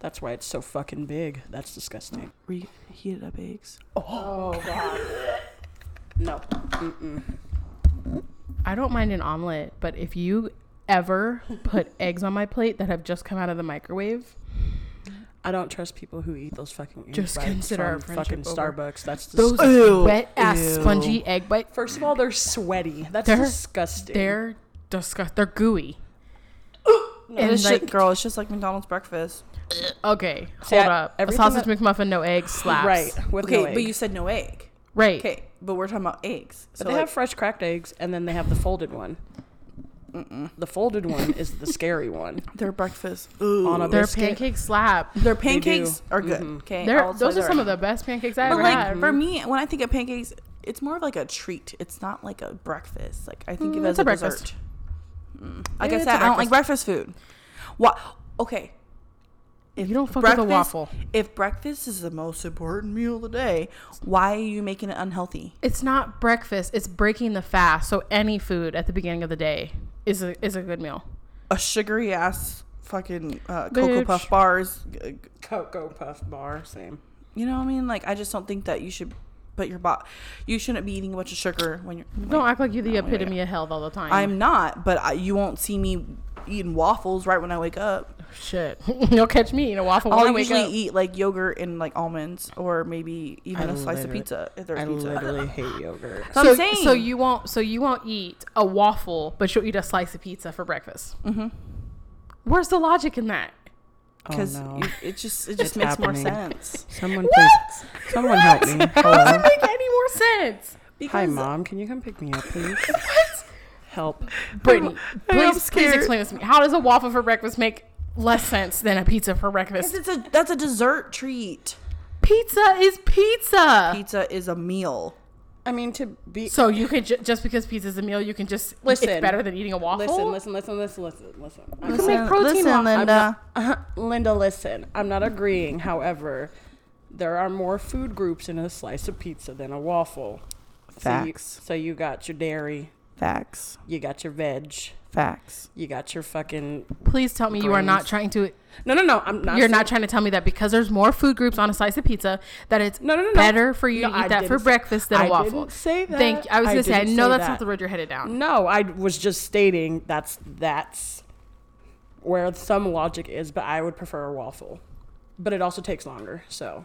Speaker 2: That's why it's so fucking big. That's disgusting.
Speaker 3: reheated up eggs.
Speaker 1: Oh.
Speaker 2: No.
Speaker 1: I don't mind an omelet, but if you ever put eggs on my plate that have just come out of the microwave,
Speaker 2: I don't trust people who eat those fucking egg
Speaker 1: Just
Speaker 2: bites
Speaker 1: consider our
Speaker 2: from
Speaker 1: friendship
Speaker 2: fucking
Speaker 1: over.
Speaker 2: Starbucks. That's
Speaker 1: those
Speaker 2: disgusting.
Speaker 1: wet ass spongy egg bites,
Speaker 2: First of all, they're sweaty. That's
Speaker 1: They're-
Speaker 2: disgusting.
Speaker 1: they're disgust. They're gooey.
Speaker 3: And
Speaker 1: and like,
Speaker 3: shit, girl, it's just like McDonald's breakfast.
Speaker 1: okay,
Speaker 2: See,
Speaker 1: hold
Speaker 2: I-
Speaker 1: up. A
Speaker 2: everything
Speaker 1: sausage
Speaker 2: that-
Speaker 1: McMuffin, no eggs, slaps.
Speaker 2: right. With
Speaker 3: Okay,
Speaker 2: no
Speaker 3: but
Speaker 2: egg.
Speaker 3: you said no egg.
Speaker 1: Right.
Speaker 3: Okay, but we're talking about eggs. So
Speaker 2: But they
Speaker 3: like,
Speaker 2: have fresh cracked eggs, and then they have the folded one. The folded one is the scary one.
Speaker 3: their breakfast. Ooh.
Speaker 2: On a
Speaker 1: Their
Speaker 2: biscuit.
Speaker 1: pancake slap.
Speaker 3: their pancakes
Speaker 2: do. Mm-hmm.
Speaker 3: are good. Okay,
Speaker 1: They're,
Speaker 3: I'll
Speaker 1: those
Speaker 3: say
Speaker 1: are
Speaker 3: they
Speaker 1: some of the best pancakes I
Speaker 3: But
Speaker 1: ever
Speaker 3: like
Speaker 1: had.
Speaker 3: for me, when I think of pancakes, it's more of like a treat. It's not like a breakfast. Like I think of it as
Speaker 1: it's
Speaker 3: a,
Speaker 1: a breakfast.
Speaker 3: dessert. Mm. Like I
Speaker 1: it's
Speaker 3: said,
Speaker 1: a
Speaker 3: I don't like breakfast food. What? Okay. If
Speaker 1: You don't fuck with a waffle.
Speaker 3: If breakfast is the most important meal of the day, why are you making it unhealthy?
Speaker 1: It's not breakfast. It's breaking the fast. So any food at the beginning of the day is a is a good meal.
Speaker 3: A sugary ass fucking uh, cocoa
Speaker 1: Bitch.
Speaker 3: puff bars. uh,
Speaker 2: [LAUGHS] Cocoa Puff Bar, same.
Speaker 3: You know what I mean? Like I just don't think that you should. But your body, you shouldn't be eating a bunch of sugar when you're.
Speaker 1: Don't act like you're the epitome of health all the time.
Speaker 3: I'm not, but I, you won't see me eating waffles right when I wake up.
Speaker 1: Shit. [LAUGHS] You'll catch me eating a waffle when I
Speaker 3: I'll
Speaker 1: wake
Speaker 3: usually
Speaker 1: up.
Speaker 3: eat like yogurt and like almonds, or maybe even
Speaker 2: I
Speaker 3: a slice of
Speaker 2: literally-
Speaker 3: pizza if there's
Speaker 2: I
Speaker 3: [LAUGHS] pizza.
Speaker 2: [LAUGHS] literally hate yogurt.
Speaker 3: So, I'm saying,
Speaker 1: so you won't so you won't eat a waffle, but you'll eat a slice of pizza for breakfast. Mm-hmm. Where's the logic in that?
Speaker 3: because
Speaker 2: Oh, no.
Speaker 3: it just it
Speaker 2: It's
Speaker 3: just makes
Speaker 2: happening.
Speaker 3: more sense.
Speaker 2: Someone please.
Speaker 1: [LAUGHS]
Speaker 2: Someone help [LAUGHS] me. Hello.
Speaker 1: Make any more sense,
Speaker 2: Hi, mom. Can you come pick me up, please? Help.
Speaker 1: Brittany? Please, please
Speaker 3: scared.
Speaker 1: explain this to me. How does a waffle for breakfast make less sense than a pizza for breakfast?
Speaker 3: It's a that's a dessert treat.
Speaker 1: Pizza is pizza.
Speaker 3: Pizza is a meal.
Speaker 2: I mean, to be.
Speaker 1: So you could ju- just because pizza is a meal, you can just
Speaker 2: Listen.
Speaker 1: It's better than eating a waffle.
Speaker 2: Listen, listen, listen, listen, listen, listen. I'm
Speaker 1: You can make protein waffles.
Speaker 2: I'm not- [LAUGHS] Linda, listen. I'm not agreeing. However, there are more food groups in a slice of pizza than a waffle.
Speaker 3: Facts.
Speaker 2: So you, so you got your dairy,
Speaker 3: Facts.
Speaker 2: you got your veg,
Speaker 3: Facts.
Speaker 2: you got your fucking.
Speaker 1: Please tell me you are not
Speaker 2: Grains.
Speaker 1: trying to.
Speaker 2: No, no, no. I'm not.
Speaker 1: You're
Speaker 2: saying-
Speaker 1: not trying to tell me that because there's more food groups on a slice of pizza that it's
Speaker 2: No, no, [LAUGHS] no, no.
Speaker 1: better for you
Speaker 2: No,
Speaker 1: to eat
Speaker 2: I
Speaker 1: that for
Speaker 2: didn't say-
Speaker 1: breakfast than
Speaker 2: I
Speaker 1: a waffle.
Speaker 2: didn't say that.
Speaker 1: Thank. I was
Speaker 2: I
Speaker 1: gonna say. I
Speaker 2: didn't
Speaker 1: know
Speaker 2: say
Speaker 1: that's
Speaker 2: that.
Speaker 1: not the road you're headed down.
Speaker 2: No, I was just stating that's that's where some logic is, but I would prefer a waffle. But it also takes longer, so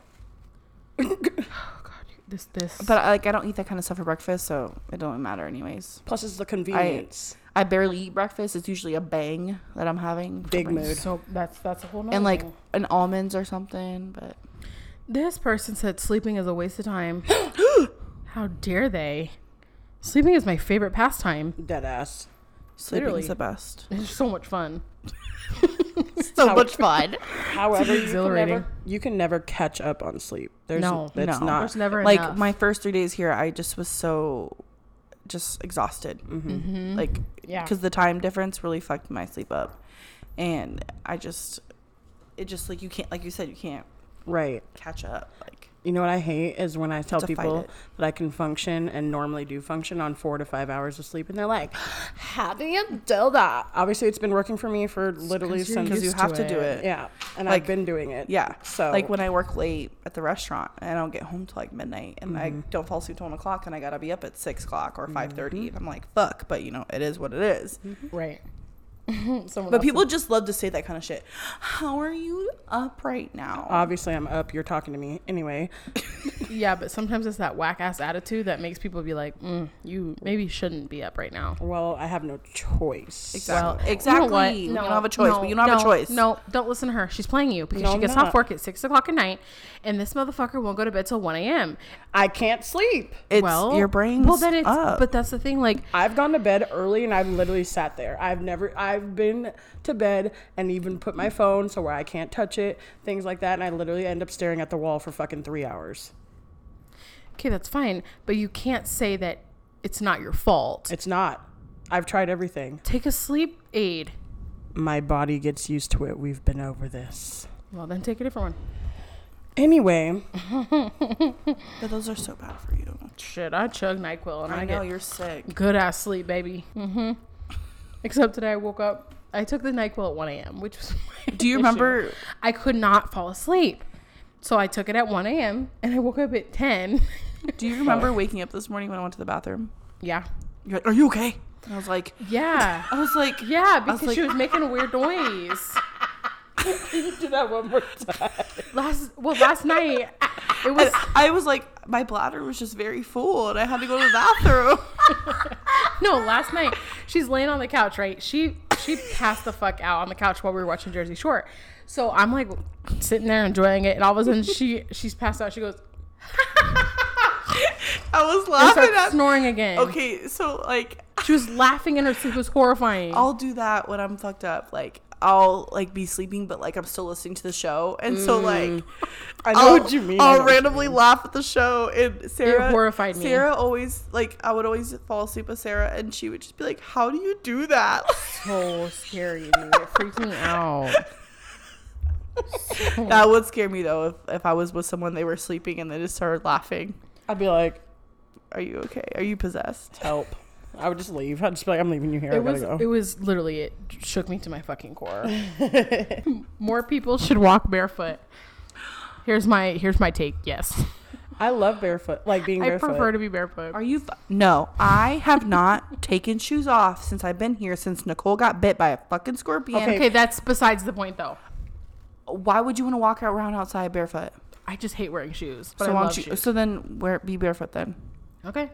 Speaker 1: This this.
Speaker 3: But I- like I don't eat that kind of stuff for breakfast, so it don't matter anyways.
Speaker 2: Plus, it's the convenience.
Speaker 3: I barely eat breakfast. It's usually a bang that I'm having. for
Speaker 2: Big
Speaker 3: breakfast.
Speaker 2: mood.
Speaker 1: so that's that's a whole. Nother
Speaker 3: And like
Speaker 1: thing.
Speaker 3: an almonds or something, but
Speaker 1: this person said, sleeping is a waste of time. How dare they? Sleeping is my favorite pastime.
Speaker 2: Dead ass.
Speaker 3: sleeping's
Speaker 1: Literally.
Speaker 3: the best.
Speaker 1: It's so much fun.
Speaker 3: So much fun.
Speaker 2: However, you can,
Speaker 1: exhilarating.
Speaker 2: never, you can never catch up on sleep. There's
Speaker 1: No,
Speaker 2: it's
Speaker 3: no.
Speaker 1: [LAUGHS]
Speaker 2: not.
Speaker 1: There's never
Speaker 3: like
Speaker 1: enough.
Speaker 3: my first three days here, I just was so just exhausted. Mm-hmm. Like,
Speaker 1: Yeah.
Speaker 3: because the time difference really fucked my sleep up, and I just, it just like you can't, like you said, you can't
Speaker 2: right.
Speaker 3: catch up. Like,
Speaker 2: You know what I hate is when I tell
Speaker 3: To fight
Speaker 2: people
Speaker 3: it.
Speaker 2: that I can function and normally do function on four to five hours of sleep, and they're like, "How do you do that?" Obviously, it's been working for me for literally
Speaker 1: 'cause you're
Speaker 2: since
Speaker 3: because you
Speaker 1: Used
Speaker 3: have
Speaker 1: to
Speaker 3: to do it.
Speaker 2: yeah, and
Speaker 3: Like-
Speaker 2: I've been doing it.
Speaker 3: Yeah.
Speaker 2: so
Speaker 3: like when I work late at the restaurant and I don't get home till like midnight and I don't fall asleep till one o'clock and I gotta be up at six o'clock or five and I'm like, fuck, but you know, it is what it is.
Speaker 1: right. Someone
Speaker 3: But
Speaker 1: else-
Speaker 3: people just love to say that kind of shit. How are you up right now?
Speaker 2: obviously I'm up, you're talking to me anyway.
Speaker 1: yeah, but sometimes it's that whack ass attitude that makes people be like, mm, "You maybe shouldn't be up right now."
Speaker 2: Well, I have no choice.
Speaker 3: exactly.
Speaker 1: You
Speaker 3: exactly.
Speaker 1: know what?
Speaker 3: you don't have a choice, but you don't have a
Speaker 1: don't-
Speaker 3: choice.
Speaker 1: No, don't listen to her. She's playing you because
Speaker 2: No,
Speaker 1: she
Speaker 2: I'm
Speaker 1: gets
Speaker 2: not.
Speaker 1: off work at six o'clock at night, and this motherfucker won't go to bed till one a.m.
Speaker 2: I can't sleep.
Speaker 3: It's
Speaker 1: well,
Speaker 3: your brain's
Speaker 1: Well, then it's.
Speaker 3: up.
Speaker 1: But that's the thing. Like,
Speaker 2: I've gone to bed early and I've literally sat there. I've never I've been to bed and even put my phone so where I can't touch it, things like that, and I literally end up staring at the wall for fucking 3 hours.
Speaker 1: okay, that's fine, but you can't say that it's not your fault.
Speaker 2: It's not. I've tried everything.
Speaker 1: Take a sleep aid.
Speaker 2: My body gets used to it. We've been over this.
Speaker 1: Well, then take a different one.
Speaker 2: Anyway,
Speaker 3: but those are so bad for you.
Speaker 1: Shit, I chug Nyquil and I,
Speaker 3: I
Speaker 1: get
Speaker 3: know you're sick.
Speaker 1: good ass sleep, baby. Mm-hmm. Except today I woke up. I took the Nyquil at 1 a.m., which was. [LAUGHS] my
Speaker 3: Do you
Speaker 1: issue.
Speaker 3: remember?
Speaker 1: I could not fall asleep, so I took it at 1 a.m. and I woke up at 10.
Speaker 3: Do you remember waking up this morning when I went to the bathroom?
Speaker 1: [LAUGHS] yeah,
Speaker 3: You're like, "Are you okay?" And I was like,
Speaker 1: yeah,
Speaker 3: I was like,
Speaker 1: yeah, because
Speaker 3: like-
Speaker 1: she was making a weird noise.
Speaker 2: do that one more time.
Speaker 1: Last well, last night it was.
Speaker 3: I was like, my bladder was just very full, and I had to [LAUGHS] go to the bathroom.
Speaker 1: [LAUGHS] No, last night she's laying on the couch, right? She she passed the fuck out on the couch while we were watching Jersey Shore. So I'm like sitting there enjoying it, and all of a sudden she she's passed out. She goes
Speaker 3: [LAUGHS] I was
Speaker 1: and
Speaker 3: laughing
Speaker 1: starts
Speaker 3: at.
Speaker 1: snoring again.
Speaker 3: Okay, so like,
Speaker 1: She was laughing in her sleep. It was horrifying.
Speaker 3: I'll do that when I'm fucked up. Like, I'll like be sleeping, but like I'm still listening to the show, and so
Speaker 1: Mm.
Speaker 3: like,
Speaker 2: I know
Speaker 3: I'll,
Speaker 2: what you mean. I know
Speaker 3: I'll
Speaker 2: what you
Speaker 3: randomly laugh at the show, and Sarah
Speaker 1: horrified me.
Speaker 3: Sarah always like, I would always fall asleep with Sarah, and she would just be like, "How do you do that?"
Speaker 1: so scary, dude. It freaked me
Speaker 3: [LAUGHS]
Speaker 1: out.
Speaker 3: that would scare me though if, if I was with someone they were sleeping and they just started laughing.
Speaker 2: I'd be like,
Speaker 3: Are you okay? Are you possessed?
Speaker 2: help. I would just leave. I'd just be like, I'm leaving you here. I
Speaker 1: It
Speaker 2: gotta
Speaker 1: was
Speaker 2: go.
Speaker 1: it was literally it shook me to my fucking
Speaker 3: [LAUGHS]
Speaker 1: core. More people should walk barefoot. Here's my here's my take. Yes,
Speaker 2: I love barefoot, like being
Speaker 1: I
Speaker 2: barefoot.
Speaker 1: prefer to be barefoot.
Speaker 3: Are you? F- no, I have not [LAUGHS] taken shoes off since I've been here since Nicole got bit by a fucking scorpion.
Speaker 2: Okay.
Speaker 1: Okay, that's besides the point though.
Speaker 3: Why would you want to walk around outside barefoot?
Speaker 1: I just hate wearing shoes. But
Speaker 3: so
Speaker 1: I
Speaker 3: why
Speaker 1: love
Speaker 3: don't you?
Speaker 1: shoes.
Speaker 3: So then, wear be
Speaker 1: [LAUGHS]
Speaker 3: barefoot then.
Speaker 1: Okay.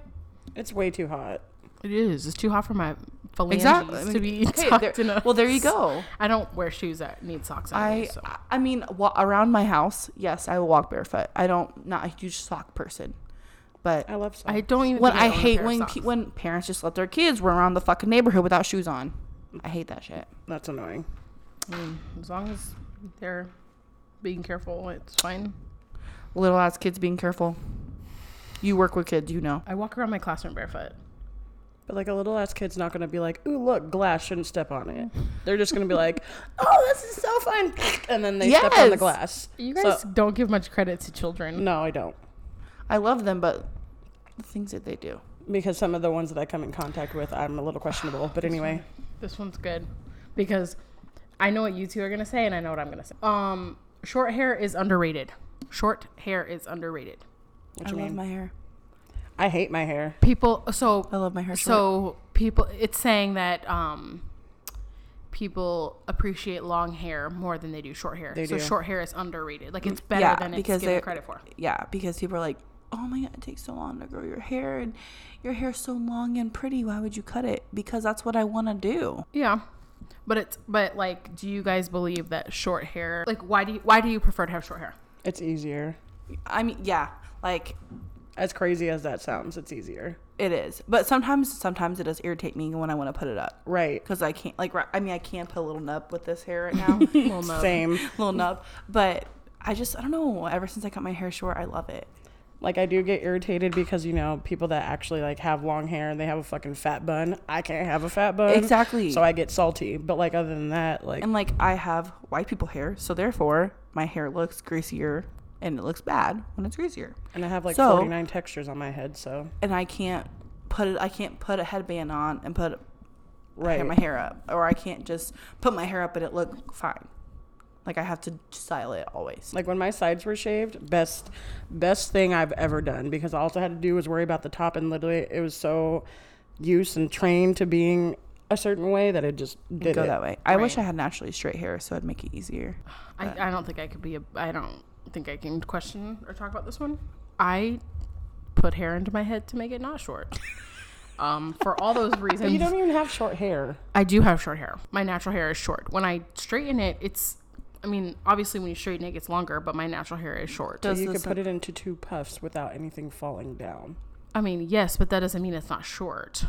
Speaker 2: it's way too hot.
Speaker 1: It is. It's too hot for my phalanges
Speaker 3: Exactly. I
Speaker 1: to
Speaker 3: mean,
Speaker 1: be [LAUGHS]
Speaker 3: okay,
Speaker 1: tucked
Speaker 3: there-
Speaker 1: in a.
Speaker 3: well, there you go.
Speaker 1: I don't wear shoes that need socks.
Speaker 3: I
Speaker 1: Anyway, so.
Speaker 3: I mean, wa- around my house, yes, I will walk barefoot. I don't not a huge sock person, but
Speaker 2: I love socks.
Speaker 1: I don't even.
Speaker 3: when
Speaker 1: think
Speaker 3: I
Speaker 1: own a
Speaker 3: hate
Speaker 1: pair of
Speaker 3: when
Speaker 1: socks.
Speaker 3: pe- when parents just let their kids run around the fucking neighborhood without shoes on. I hate that shit.
Speaker 2: That's annoying.
Speaker 1: as long as they're being careful, it's fine.
Speaker 3: Little ass kids being careful. You work with kids, you know.
Speaker 1: I walk around my classroom barefoot.
Speaker 2: But like a little ass kid's not gonna be like, "Ooh, look, glass shouldn't step on it." They're just gonna be
Speaker 3: [LAUGHS]
Speaker 2: like, "Oh, this is so fun," and then they step on the
Speaker 3: Yes.
Speaker 2: glass.
Speaker 1: You
Speaker 2: So-
Speaker 1: guys don't give much credit to children.
Speaker 2: no, I don't,
Speaker 3: I love them, but the things that they do.
Speaker 2: because some of the ones that I come in contact with, I'm a little questionable. But anyway,
Speaker 1: This one's good because I know what you two are gonna say, and I know what I'm gonna say. Um, short hair is underrated. Short hair is underrated.
Speaker 2: what you
Speaker 3: I
Speaker 2: mean?
Speaker 3: love my hair.
Speaker 2: I hate my hair.
Speaker 1: People, so
Speaker 3: I love my hair short.
Speaker 1: so people, it's saying that um, people appreciate long hair more than they do short hair.
Speaker 2: They
Speaker 1: so
Speaker 2: do.
Speaker 1: short hair is underrated. Like it's better
Speaker 3: Mm, Yeah,
Speaker 1: than it's
Speaker 3: because
Speaker 1: given
Speaker 3: they're-
Speaker 1: credit for.
Speaker 3: yeah, because people are like, oh my god, it takes so long to grow your hair and your hair's so long and pretty. Why would you cut it? Because that's what I want to do.
Speaker 1: Yeah. But it's but like, do you guys believe that short hair? Like, why do you, why do you prefer to have short hair?
Speaker 2: It's easier.
Speaker 3: I mean, yeah, like
Speaker 2: As crazy as that sounds, it's easier.
Speaker 3: it is. But sometimes, sometimes it does irritate me when I want to put it up
Speaker 2: Right.
Speaker 3: because I can't. Like, ri- I mean, I can put a little nub with this hair right now,
Speaker 1: Well, no.
Speaker 2: Same.
Speaker 3: little nub. But I just, I don't know. Ever since I cut my hair short, I love it.
Speaker 2: Like I do get irritated because you know people that actually like have long hair and they have a fucking fat bun. I can't have a fat bun.
Speaker 3: Exactly.
Speaker 2: So I get salty. But like other than that, like
Speaker 3: And like, I have white people hair, so therefore, my hair looks greasier and it looks bad when it's greasier.
Speaker 2: and I have like
Speaker 3: So-
Speaker 2: 49 textures on my head, so
Speaker 3: and I can't put it. I can't put a headband on and put
Speaker 2: right.
Speaker 3: my hair up, or I can't just put my hair up and it look fine. Like I have to style it always.
Speaker 2: Like when my sides were shaved, best best thing I've ever done because all I had to do was worry about the top and literally it was so used and trained to being a certain way that it just did
Speaker 3: go
Speaker 2: it.
Speaker 3: that way. I wish I had naturally straight hair, so it'd make it easier.
Speaker 1: I, I don't think I could be a. I don't think I can question or talk about this one. I put hair into my head to make it not
Speaker 2: [LAUGHS]
Speaker 1: short. Um, for all those
Speaker 2: But you
Speaker 1: reasons,
Speaker 2: don't even have short hair.
Speaker 1: I do have short hair. My natural hair is short. When I straighten it, it's. I mean, obviously, when you straighten it, it gets longer, but my natural hair is short.
Speaker 3: Does
Speaker 2: you
Speaker 3: this
Speaker 2: could put it into two puffs without anything falling down.
Speaker 1: I mean, yes, but that doesn't mean it's not short.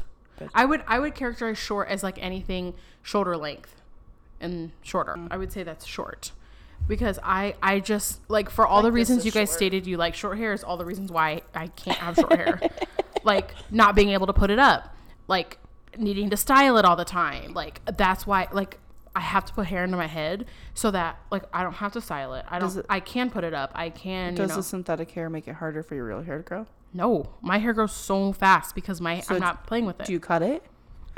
Speaker 1: I would I would characterize short as like anything shoulder length and shorter. I would say that's short. Because I I just like for all the reasons you guys stated you like short hair is all the reasons why I can't have short [LAUGHS] hair. Like not being able to put it up, like needing to style it all the time. Like that's why like I have to put hair into my head so that like I don't have to style it. I don't I can put it up. I can you
Speaker 3: Does
Speaker 1: know.
Speaker 3: the synthetic hair make it harder for your real hair to grow?
Speaker 1: No, my hair grows so fast because my I'm
Speaker 3: it's-
Speaker 1: not playing with it.
Speaker 3: Do you cut it?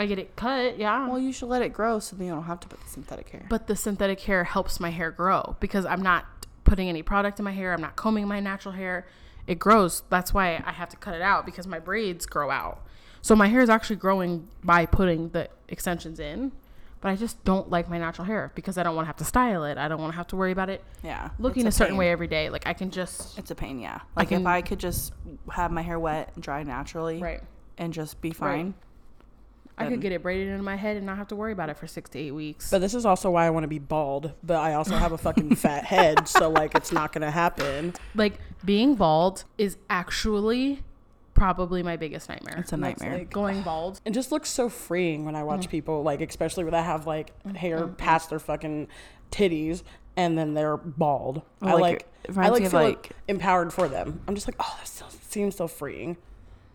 Speaker 1: I get it cut, yeah.
Speaker 3: Well, you should let it grow so then you don't have to put the synthetic hair.
Speaker 1: but the synthetic hair helps my hair grow because I'm not putting any product in my hair. I'm not combing my natural hair. It grows. That's why I have to cut it out because my braids grow out. So my hair is actually growing by putting the extensions in. But I just don't like my natural hair because I don't want to have to style it. I don't want to have to worry about it
Speaker 3: yeah,
Speaker 1: looking a
Speaker 3: it's
Speaker 1: certain
Speaker 3: pain.
Speaker 1: way every day. Like I can just
Speaker 3: It's a pain, yeah. Like if
Speaker 1: can-
Speaker 3: I could just have my hair wet and dry naturally,
Speaker 1: Right.
Speaker 3: and just be fine.
Speaker 1: I could get it braided into my head and not have to worry about it for 6 to 8 weeks.
Speaker 2: But this is also why I want to be bald, but I also have a fucking fat head, so like it's not gonna happen.
Speaker 1: like being bald is actually probably my biggest nightmare.
Speaker 3: It's a nightmare.
Speaker 1: going bald.
Speaker 2: It just looks so freeing when I
Speaker 3: Mm.
Speaker 2: watch people like, especially where they have like hair past their fucking titties and then they're bald. I
Speaker 3: like,
Speaker 2: like,
Speaker 3: it
Speaker 2: I
Speaker 3: reminds me
Speaker 2: like
Speaker 3: of,
Speaker 2: feel
Speaker 3: like-
Speaker 2: empowered for them. I'm just like, oh, that so, seems so freeing.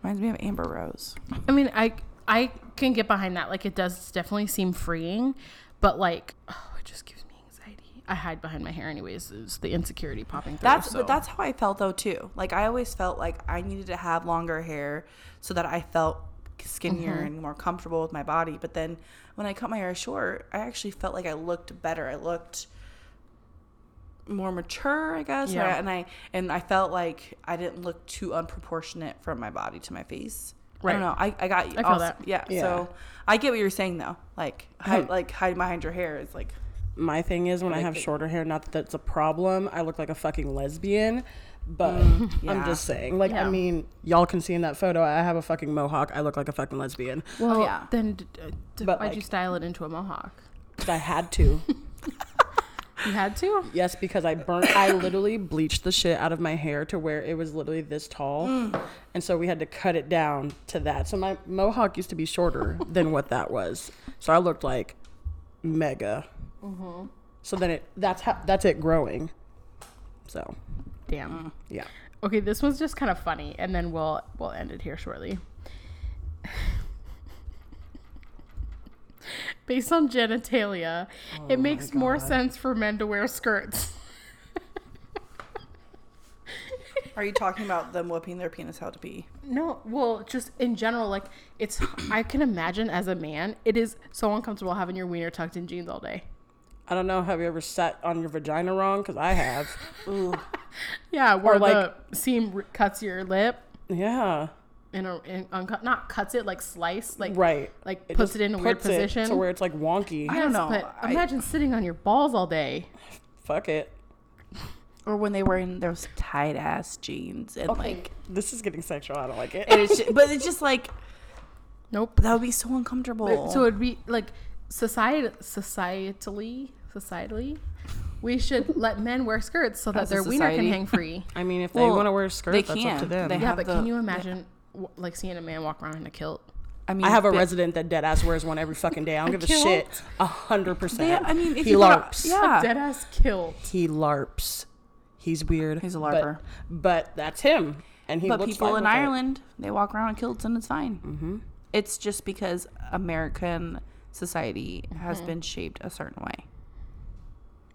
Speaker 3: Reminds me of Amber Rose.
Speaker 1: I mean, I I can get behind that. Like it does definitely seem freeing, but like oh, it just gives me anxiety. I hide behind my hair anyways. It's the insecurity popping through.
Speaker 3: That's
Speaker 1: so.
Speaker 3: but that's how I felt though too. Like I always felt like I needed to have longer hair so that I felt skinnier
Speaker 1: Mm-hmm.
Speaker 3: and more comfortable with my body. But then when I cut my hair short, I actually felt like I looked better. I looked more mature, I guess. or-
Speaker 1: Yeah.
Speaker 3: and I and I felt like I didn't look too unproportionate from my body to my face. I
Speaker 1: Right.
Speaker 3: don't know. I, I got you.
Speaker 1: feel
Speaker 3: also-
Speaker 1: that.
Speaker 3: Yeah,
Speaker 2: Yeah.
Speaker 3: So I get what you're saying though. Like hide, like hiding behind your hair is like
Speaker 2: My thing is when I
Speaker 3: like
Speaker 2: have
Speaker 3: it.
Speaker 2: shorter hair, not that that's a problem. I look like a fucking lesbian, but [LAUGHS] I'm
Speaker 3: Mm, yeah.
Speaker 2: just saying. Like,
Speaker 1: Yeah.
Speaker 2: I mean, y'all can see in that photo, I have a fucking mohawk. I look like a fucking
Speaker 3: [LAUGHS]
Speaker 2: lesbian.
Speaker 1: well,
Speaker 3: oh, yeah.
Speaker 1: then d- d- d-
Speaker 2: But,
Speaker 1: why'd you
Speaker 2: like-
Speaker 1: style it into a mohawk?
Speaker 2: 'Cause I had to.
Speaker 1: You had to.
Speaker 2: Yes, because I burnt. I literally bleached the shit out of my hair to where it was literally this tall,
Speaker 1: Mm.
Speaker 2: and so we had to cut it down to that. So my mohawk used to be
Speaker 1: [LAUGHS]
Speaker 2: shorter than what that was. So I looked like mega.
Speaker 1: Mm-hmm.
Speaker 2: So then it that's how that's it growing. So
Speaker 1: Damn.
Speaker 3: Mm.
Speaker 2: yeah,
Speaker 1: Okay, this one's just kind of funny, and then we'll we'll end it here shortly. [LAUGHS] Based on genitalia,
Speaker 3: Oh
Speaker 1: it makes more sense for men to wear skirts. [LAUGHS]
Speaker 3: Are you talking about them whipping their penis out to pee?
Speaker 1: No, well, just in general, like it's I can imagine as a man, it is so uncomfortable having your wiener tucked in jeans all day.
Speaker 2: I don't know. Have you ever sat on your vagina wrong? Because I
Speaker 1: [LAUGHS]
Speaker 2: have.
Speaker 1: Yeah, where
Speaker 2: like-
Speaker 1: the seam r- cuts your lip
Speaker 2: yeah,
Speaker 1: and in uncut, not cuts it like slice, like
Speaker 2: right.
Speaker 1: like
Speaker 2: It
Speaker 1: puts
Speaker 2: just
Speaker 1: it in a weird
Speaker 2: puts it
Speaker 1: position.
Speaker 2: to where it's like wonky.
Speaker 3: I don't
Speaker 1: Yes,
Speaker 3: know.
Speaker 1: But
Speaker 3: I-
Speaker 1: imagine sitting on your balls all day.
Speaker 2: Fuck it.
Speaker 3: or when they were in those tight ass jeans and like
Speaker 2: This is getting sexual. I don't like it.
Speaker 3: and it's ju- but it's just like
Speaker 1: Nope.
Speaker 3: that would be so uncomfortable.
Speaker 1: So it'd be like society, societally, societally, we should let men wear skirts so that
Speaker 3: As a
Speaker 1: their wiener can
Speaker 3: society.
Speaker 1: hang free.
Speaker 2: I mean, if they
Speaker 3: Well,
Speaker 2: want to wear a skirt,
Speaker 3: they
Speaker 2: that's up to
Speaker 3: can.
Speaker 2: them.
Speaker 3: They
Speaker 1: Yeah,
Speaker 3: have
Speaker 1: but
Speaker 3: the-
Speaker 1: can you imagine w like seeing a man walk around in a kilt?
Speaker 3: I mean,
Speaker 2: I have a
Speaker 3: but-
Speaker 2: resident that dead ass wears one every fucking day. I
Speaker 3: [LAUGHS]
Speaker 2: don't give a
Speaker 1: kilt?
Speaker 2: shit. A hundred percent.
Speaker 3: Yeah, I mean, if
Speaker 2: he
Speaker 3: you go to-
Speaker 2: larps.
Speaker 3: yeah.
Speaker 1: Dead ass kilt.
Speaker 2: He larps. He's weird.
Speaker 3: He's a
Speaker 2: but-
Speaker 3: larper.
Speaker 2: But, that's him. And he
Speaker 3: but
Speaker 2: looks
Speaker 3: people
Speaker 2: fine
Speaker 3: in
Speaker 2: with it.
Speaker 3: Ireland they walk around in kilts and it's fine. Mm-hmm. It's just because American society has
Speaker 2: Mm-hmm.
Speaker 3: been shaped a certain way.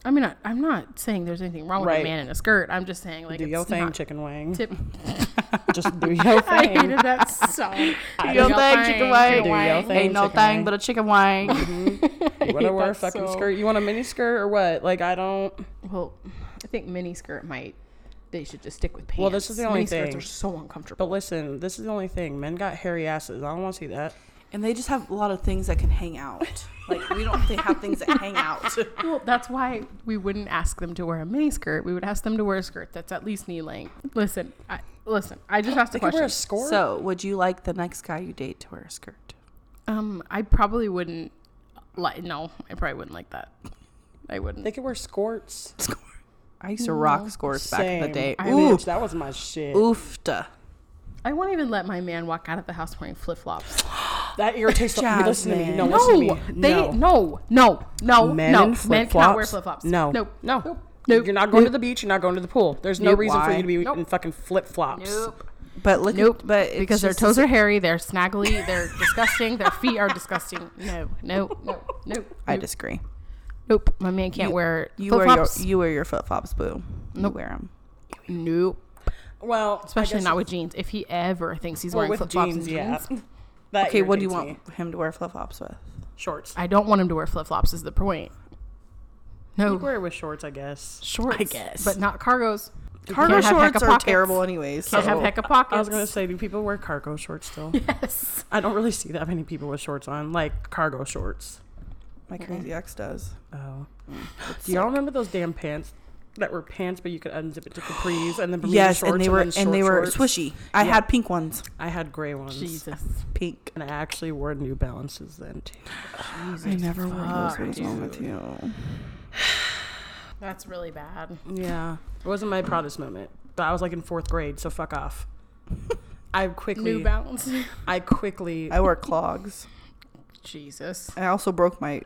Speaker 1: I mean, I, I'm not saying there's anything wrong with
Speaker 2: Right.
Speaker 1: a man in a skirt. I'm just saying like
Speaker 2: Do
Speaker 1: it's
Speaker 2: your thing,
Speaker 1: not
Speaker 2: chicken wing.
Speaker 1: tip-
Speaker 2: [LAUGHS]
Speaker 1: [LAUGHS]
Speaker 2: Just
Speaker 3: [LAUGHS]
Speaker 2: do your
Speaker 1: I
Speaker 2: thing.
Speaker 1: hated that song.
Speaker 2: Do
Speaker 3: your thing, chicken wing.
Speaker 2: Do your thing.
Speaker 3: Ain't no
Speaker 2: chicken
Speaker 3: thing
Speaker 2: wing. Mm-hmm.
Speaker 3: but a chicken wing.
Speaker 2: You want to wear a
Speaker 1: that
Speaker 2: fucking
Speaker 1: so-
Speaker 2: skirt? You want a mini skirt or what? Like I don't.
Speaker 1: Well, I think mini skirt might. They should just stick with pants.
Speaker 2: Well, this is the only
Speaker 1: mini skirts
Speaker 2: thing.
Speaker 1: are so uncomfortable.
Speaker 2: But listen, this is the only thing. Men got hairy asses. I don't want to see that.
Speaker 3: [LAUGHS] and they just have a lot of things that can hang out. Like we don't they have things that
Speaker 2: [LAUGHS]
Speaker 3: hang out.
Speaker 1: Well, that's why we wouldn't ask them to wear a mini skirt. We would ask them to wear a skirt that's at least knee length. Listen, I, listen. I
Speaker 2: [GASPS]
Speaker 1: just asked a
Speaker 2: They could wear
Speaker 1: question.
Speaker 2: a skirt.
Speaker 3: So, would you like the next guy you date to wear a skirt?
Speaker 1: Um, I probably wouldn't. Like, no, I probably wouldn't like that. I wouldn't.
Speaker 2: they could wear skirts.
Speaker 3: I used to rock skirts back in the
Speaker 2: Mm-hmm. Same.
Speaker 3: day.
Speaker 1: I
Speaker 3: Ooh,
Speaker 2: Bitch, that was my shit.
Speaker 3: oofta.
Speaker 1: I won't even let my man walk out of the house wearing flip
Speaker 2: [GASPS]
Speaker 1: flops.
Speaker 2: That irritates the Listen to me. No,
Speaker 3: Jasmine.
Speaker 2: listen
Speaker 1: No,
Speaker 2: to me.
Speaker 1: they no no no no.
Speaker 2: Men in
Speaker 1: Men
Speaker 2: flip
Speaker 1: cannot wear
Speaker 2: flops.
Speaker 1: flip flops.
Speaker 2: No.
Speaker 1: nope
Speaker 2: No.
Speaker 1: nope.
Speaker 2: Nope.
Speaker 1: Nope.
Speaker 2: You're not going to the beach. You're not going to the pool. There's no
Speaker 3: Nope.
Speaker 2: reason for you
Speaker 3: Why?
Speaker 2: to be
Speaker 1: Nope.
Speaker 2: in fucking flip flops.
Speaker 1: Nope.
Speaker 3: But look,
Speaker 1: Nope.
Speaker 3: but it's
Speaker 1: because their
Speaker 3: just-
Speaker 1: toes are hairy, they're snaggly,
Speaker 3: [LAUGHS]
Speaker 1: they're disgusting, their feet are disgusting. No, no, no, no.
Speaker 3: I
Speaker 1: nope.
Speaker 3: disagree.
Speaker 1: nope. My man can't wear
Speaker 3: You
Speaker 1: flip
Speaker 3: wear your
Speaker 1: flops.
Speaker 3: you wear your flip flops, boo. You wear them.
Speaker 1: Nope.
Speaker 2: Well,
Speaker 1: Especially not with jeans. If he ever thinks he's
Speaker 2: well,
Speaker 1: wearing
Speaker 2: with
Speaker 1: flip flops and jeans,
Speaker 2: jeans. Yeah. [LAUGHS] That
Speaker 3: Okay, what do you
Speaker 2: irritates
Speaker 3: want
Speaker 2: me.
Speaker 3: him to wear flip flops with?
Speaker 2: Shorts.
Speaker 1: I don't want him to wear flip flops. Is the point?
Speaker 2: You could
Speaker 1: No
Speaker 2: wear it with shorts, I guess.
Speaker 1: shorts,
Speaker 3: I guess.
Speaker 1: but not cargos. You
Speaker 3: Cargo
Speaker 1: can't have hecka
Speaker 3: shorts are
Speaker 1: pockets.
Speaker 3: terrible, anyways.
Speaker 1: Can't have
Speaker 3: so-
Speaker 1: heck of
Speaker 2: I was gonna
Speaker 1: pockets.
Speaker 2: say, do people wear cargo shorts [LAUGHS] still?
Speaker 1: Yes.
Speaker 2: I don't really see that many people with shorts on, like cargo shorts.
Speaker 3: My crazy ex does.
Speaker 2: Oh. Do y'all remember those damn pants that were pants, but you could unzip
Speaker 3: [GASPS]
Speaker 2: it to capris and then Bermuda
Speaker 3: Yes,
Speaker 2: shorts
Speaker 3: and they were
Speaker 2: then
Speaker 3: and they
Speaker 2: short
Speaker 3: were
Speaker 2: shorts?
Speaker 3: swishy. I had pink ones.
Speaker 2: I had gray ones.
Speaker 1: Jesus.
Speaker 3: Pink.
Speaker 2: And I actually wore New Balances then too.
Speaker 3: I never wore those.
Speaker 1: fuck,
Speaker 3: What is wrong with you?
Speaker 1: That's really bad.
Speaker 2: Yeah, it wasn't my proudest moment, but I was like in fourth grade, so fuck
Speaker 3: [LAUGHS]
Speaker 2: off. I
Speaker 1: New
Speaker 2: quickly,
Speaker 1: Balance. [LAUGHS]
Speaker 2: I quickly,
Speaker 3: I wore clogs.
Speaker 1: Jesus.
Speaker 3: I also broke my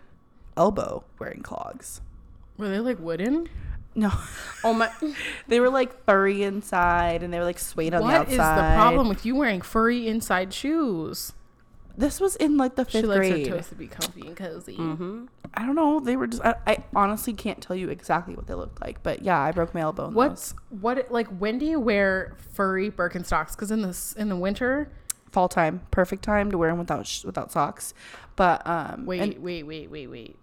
Speaker 3: elbow wearing clogs.
Speaker 1: Were they like wooden?
Speaker 3: [LAUGHS] No,
Speaker 2: oh my,
Speaker 3: they were like furry inside, and they were like suede on
Speaker 1: What
Speaker 3: the
Speaker 1: is
Speaker 3: outside.
Speaker 1: the problem with you wearing furry inside shoes?
Speaker 3: This was in like the
Speaker 1: She
Speaker 3: fifth
Speaker 1: likes
Speaker 3: grade. Mm-hmm.
Speaker 1: her toes to be comfy and cozy.
Speaker 3: I don't know. They were just. I, I honestly can't tell you exactly what they looked like, but yeah, I broke my elbow. In
Speaker 1: What's
Speaker 3: those.
Speaker 1: what like? When do you wear furry Birkenstocks? Because in the s- in the winter,
Speaker 3: fall time? Perfect time to wear them without sh- without socks. But um,
Speaker 1: wait,
Speaker 3: and-
Speaker 1: wait, wait, wait, wait.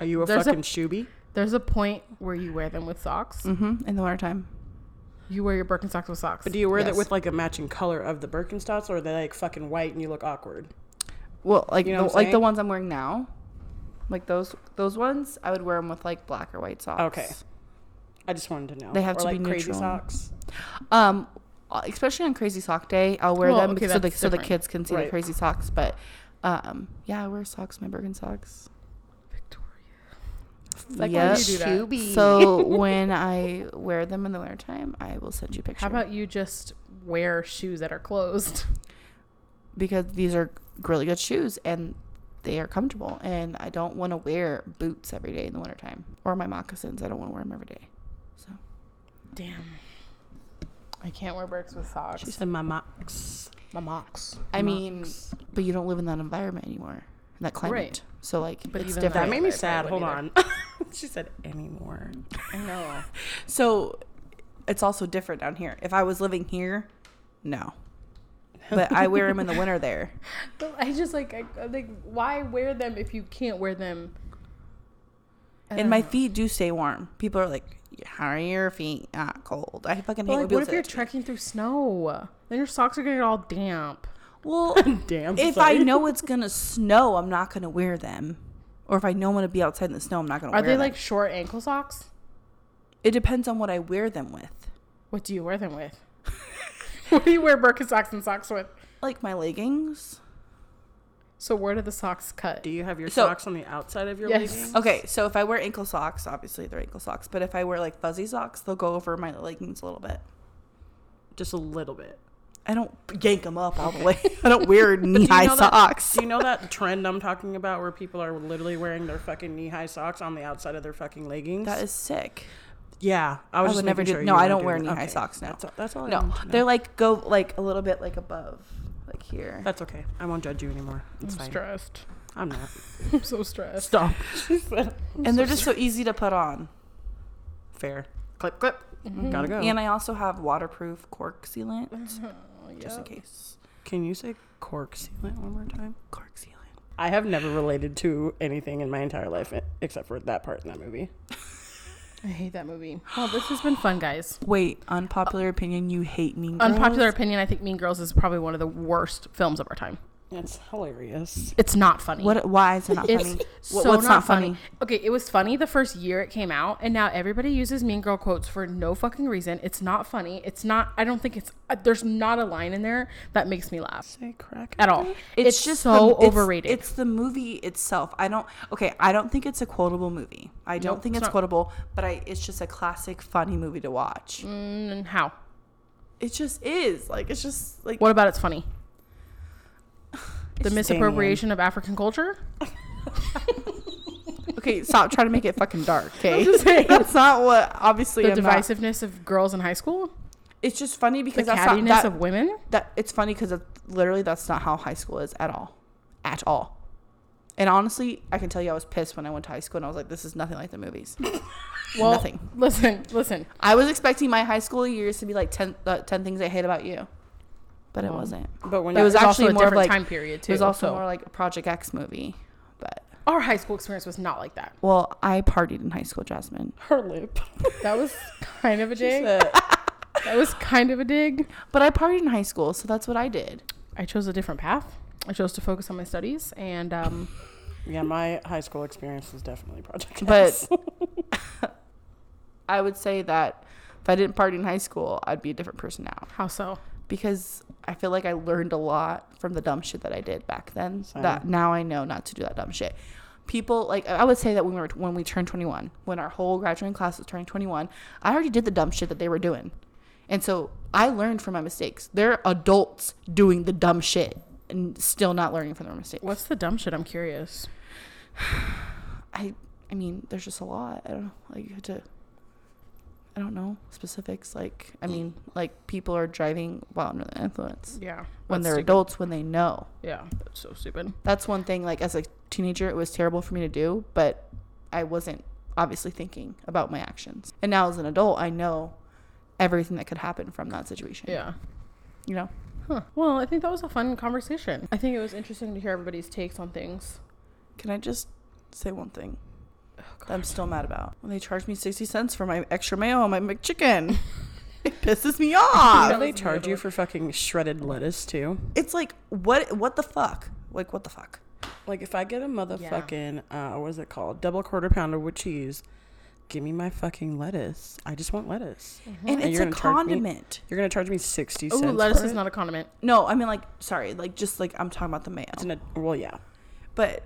Speaker 2: are you a
Speaker 1: There's a-
Speaker 2: fucking shooby?
Speaker 1: There's a point where you wear them with socks.
Speaker 3: mhm, in the winter time.
Speaker 1: You wear your Birkenstocks with socks.
Speaker 2: But do you wear that
Speaker 3: Yes.
Speaker 2: with like a matching color of the Birkenstocks, or are they like fucking white and you look awkward?
Speaker 3: Well, like
Speaker 2: You know what
Speaker 3: the,
Speaker 2: I'm
Speaker 3: like the
Speaker 2: saying?
Speaker 3: ones I'm wearing now, like those those ones, I would wear them with like black or white socks.
Speaker 2: Okay. I just wanted to know.
Speaker 3: They have
Speaker 2: or
Speaker 3: to be
Speaker 2: like crazy
Speaker 3: neutral.
Speaker 2: socks.
Speaker 3: Um, uh, especially on Crazy Sock Day, I'll wear
Speaker 1: Well,
Speaker 3: them
Speaker 1: okay,
Speaker 3: because so the
Speaker 1: that's
Speaker 3: so the
Speaker 1: different.
Speaker 3: kids can see the
Speaker 2: Right.
Speaker 3: crazy socks. But um, yeah, I wear socks, my Birkenstocks.
Speaker 1: Like,
Speaker 3: Victoria.
Speaker 1: why
Speaker 3: Yeah.
Speaker 1: do you do that? [LAUGHS]
Speaker 3: So when I wear them in the wintertime, I will send you pictures.
Speaker 1: How about you just wear shoes that are closed?
Speaker 3: because these are really good shoes and they are comfortable and I don't want to wear boots every day in the wintertime or my moccasins. I don't want to wear them every day. So
Speaker 1: Damn. I can't wear Birks with socks.
Speaker 2: She said my mocks. My mocks.
Speaker 3: I mean, but you don't live in that environment anymore, in that climate.
Speaker 1: Right.
Speaker 3: So like
Speaker 1: But
Speaker 3: it's
Speaker 1: even
Speaker 3: different.
Speaker 2: That made me
Speaker 1: I
Speaker 2: sad.
Speaker 1: probably
Speaker 2: Hold on. [LAUGHS]
Speaker 1: wouldn't
Speaker 2: she said anymore. [LAUGHS]
Speaker 1: I know.
Speaker 3: [LAUGHS] So it's also different down here. If I was living here, no. But I
Speaker 1: [LAUGHS]
Speaker 3: wear them in the winter there.
Speaker 1: But [LAUGHS] I just like I, I like why wear them if you can't wear them? Um, I
Speaker 3: and
Speaker 1: don't
Speaker 3: my
Speaker 2: Oh.
Speaker 1: know.
Speaker 3: feet do stay warm. People are like, how are your feet not cold? I fucking
Speaker 1: But,
Speaker 3: hate when
Speaker 1: like,
Speaker 3: people
Speaker 1: what if
Speaker 3: say
Speaker 1: you're
Speaker 3: that.
Speaker 1: trekking through snow? Then your socks are gonna get all damp.
Speaker 2: [LAUGHS]
Speaker 3: Well,
Speaker 2: Damn.
Speaker 3: if I
Speaker 2: sorry.
Speaker 3: know it's going to snow, I'm not going to wear them. Or if I know I'm going to be outside in the snow, I'm not going to
Speaker 1: Are
Speaker 3: wear
Speaker 1: they
Speaker 3: them.
Speaker 1: like short ankle socks?
Speaker 3: It depends on what I wear them with.
Speaker 1: What do you wear them with? [LAUGHS] what do you wear Birkenstocks and socks with?
Speaker 3: Like my leggings.
Speaker 1: So where do the socks cut?
Speaker 2: [LAUGHS] Do you have your
Speaker 3: So-
Speaker 2: socks on the outside of your
Speaker 1: Yes.
Speaker 2: leggings?
Speaker 3: Okay, so if I wear ankle socks, obviously they're ankle socks, but if I wear like fuzzy socks, they'll go over my leggings a little bit.
Speaker 2: Just a little bit.
Speaker 3: I don't yank them up all the way. [LAUGHS] I
Speaker 2: [LAUGHS]
Speaker 3: don't wear knee high
Speaker 2: know that-
Speaker 3: socks.
Speaker 2: Do you know that trend I'm talking about where people are literally wearing their fucking knee high socks on the outside of their fucking leggings?
Speaker 3: that is sick.
Speaker 2: yeah. I,
Speaker 3: I
Speaker 2: was just
Speaker 3: would never
Speaker 2: making
Speaker 3: do.
Speaker 2: sure
Speaker 3: no,
Speaker 2: you
Speaker 3: I
Speaker 2: weren't
Speaker 3: don't
Speaker 2: doing
Speaker 3: wear
Speaker 2: that.
Speaker 3: knee high
Speaker 2: Okay.
Speaker 3: socks now.
Speaker 2: That's all, that's all I
Speaker 3: No,
Speaker 2: wanted to know.
Speaker 3: they're like go like a little bit like above, like here.
Speaker 2: That's okay. I won't judge you anymore.
Speaker 1: I'm
Speaker 2: It's fine.
Speaker 1: stressed. [LAUGHS]
Speaker 2: I'm not.
Speaker 1: I'm so
Speaker 3: [LAUGHS]
Speaker 1: stressed.
Speaker 2: Stop.
Speaker 3: and they're just so easy to put on.
Speaker 2: Fair. Clip, clip.
Speaker 1: Mm-hmm.
Speaker 2: Gotta go.
Speaker 3: And I also have waterproof cork sealant
Speaker 1: Oh,
Speaker 3: just in
Speaker 1: Yeah.
Speaker 3: case.
Speaker 2: Can you say cork sealant one more time?
Speaker 3: Cork sealant.
Speaker 2: I have never related to anything in my entire life e- except for that part in that movie.
Speaker 1: I hate that movie. Well, this has been fun, guys.
Speaker 3: Wait, unpopular opinion. You hate Mean Girls.
Speaker 1: Unpopular opinion. I think Mean Girls is probably one of the worst films of our time.
Speaker 2: It's hilarious.
Speaker 1: It's not funny.
Speaker 3: What? Why is it not
Speaker 1: It's
Speaker 3: funny? Wh-
Speaker 1: so not, funny. Okay, it was funny the first year it came out, and now everybody uses Mean Girl quotes for no fucking reason. It's not funny. It's not. I don't think it's. Uh, there's not a line in there that makes me laugh
Speaker 2: Say crack.
Speaker 1: at all.
Speaker 3: It's,
Speaker 1: It's,
Speaker 3: just
Speaker 1: just so
Speaker 3: the- it's-
Speaker 1: overrated.
Speaker 3: It's, the movie itself. I don't. Okay, I don't think it's a quotable movie. I don't
Speaker 1: Nope,
Speaker 3: think
Speaker 1: it's
Speaker 3: it's
Speaker 1: not.
Speaker 3: quotable, but I. It's just a classic funny movie to watch.
Speaker 1: Mm, how?
Speaker 3: It just is. Like it's just like
Speaker 1: What about it's funny? The
Speaker 3: just
Speaker 1: misappropriation of African
Speaker 3: [LAUGHS]
Speaker 1: culture.
Speaker 3: [LAUGHS] okay. Stop trying to make it
Speaker 1: [LAUGHS]
Speaker 3: fucking dark. Okay,
Speaker 1: just saying.
Speaker 3: [LAUGHS] that's not what. Obviously,
Speaker 1: The
Speaker 3: I'm not-
Speaker 1: divisiveness of girls in high school.
Speaker 3: It's just funny
Speaker 1: The
Speaker 3: because that's not
Speaker 1: cattiness
Speaker 3: that,
Speaker 1: of women.
Speaker 3: that. It's funny because literally that's not how high school is at all, at all. And honestly, I can tell you, I was pissed when I went to high school, and I was like, "This is nothing like the [LAUGHS] movies."
Speaker 1: Well,
Speaker 3: nothing.
Speaker 1: listen, listen.
Speaker 3: I was expecting my high school years to be like 10, uh, 10 things I hate about you, but it wasn't.
Speaker 2: But when
Speaker 3: It
Speaker 2: you
Speaker 3: was
Speaker 1: It's also
Speaker 3: actually
Speaker 1: a
Speaker 3: more of
Speaker 1: different
Speaker 3: like
Speaker 1: time period too.
Speaker 3: it was also
Speaker 1: so
Speaker 3: more like a Project X movie. But
Speaker 1: our high school experience was not like that.
Speaker 3: well, I partied in high school, Jasmine.
Speaker 2: her lip. [LAUGHS]
Speaker 1: That was kind of a dig. That was kind of a dig.
Speaker 3: But I partied in high school, so that's what I [LAUGHS] did.
Speaker 1: I chose a different path. I chose to focus on my studies, and um,
Speaker 2: yeah, my high school experience was definitely Project
Speaker 3: But
Speaker 2: X. [LAUGHS]
Speaker 3: I would say that if I didn't party in high school, I'd be a different person now
Speaker 1: how so?
Speaker 3: because I feel like I learned a lot from the dumb shit that I did back then.
Speaker 2: Same.
Speaker 3: That now I know not to do that dumb shit. People like I would say that when we were when we turned 21, when our whole graduating class was turning 21, I already did the dumb shit that they were doing, and so I learned from my mistakes. They're adults doing the dumb shit and still not learning from their mistakes.
Speaker 1: What's the dumb shit? I'm curious.
Speaker 3: [SIGHS] I I mean, there's just a lot. I don't know. Like you had to I don't know specifics. Like I mean, like people are driving while under the influence
Speaker 1: Yeah,
Speaker 3: when
Speaker 1: that's
Speaker 3: they're
Speaker 1: stupid.
Speaker 3: adults when they know.
Speaker 1: Yeah, that's so stupid.
Speaker 3: That's one thing like as a teenager it was terrible for me to do, but I wasn't obviously thinking about my actions. And now as an adult, I know everything that could happen from that situation.
Speaker 1: Yeah.
Speaker 3: You know.
Speaker 1: Huh. Well, I think that was a fun conversation. I think it was interesting to hear everybody's takes on things.
Speaker 3: Can I just say one thing? that I'm still mad about. When they charged me 60 cents for my extra mayo on my McChicken. it pisses me off.
Speaker 1: Ah.
Speaker 2: You know they charge you for fucking shredded lettuce too.
Speaker 3: It's like what what the fuck? Like what the fuck?
Speaker 2: Like if I get a motherfucking uh, what is it called? Double quarter pounder with cheese. Give me my fucking lettuce. I just want lettuce.
Speaker 3: And it's
Speaker 2: you're
Speaker 3: a
Speaker 2: gonna charge me-
Speaker 3: condiment.
Speaker 2: You're gonna charge me sixty
Speaker 1: Oh,
Speaker 2: cents.
Speaker 1: Mm-hmm. lettuce
Speaker 2: for
Speaker 1: is
Speaker 2: it?
Speaker 1: not a condiment.
Speaker 3: No, I mean like sorry, like just like I'm talking about the mayo.
Speaker 2: It's an, well, yeah.
Speaker 3: But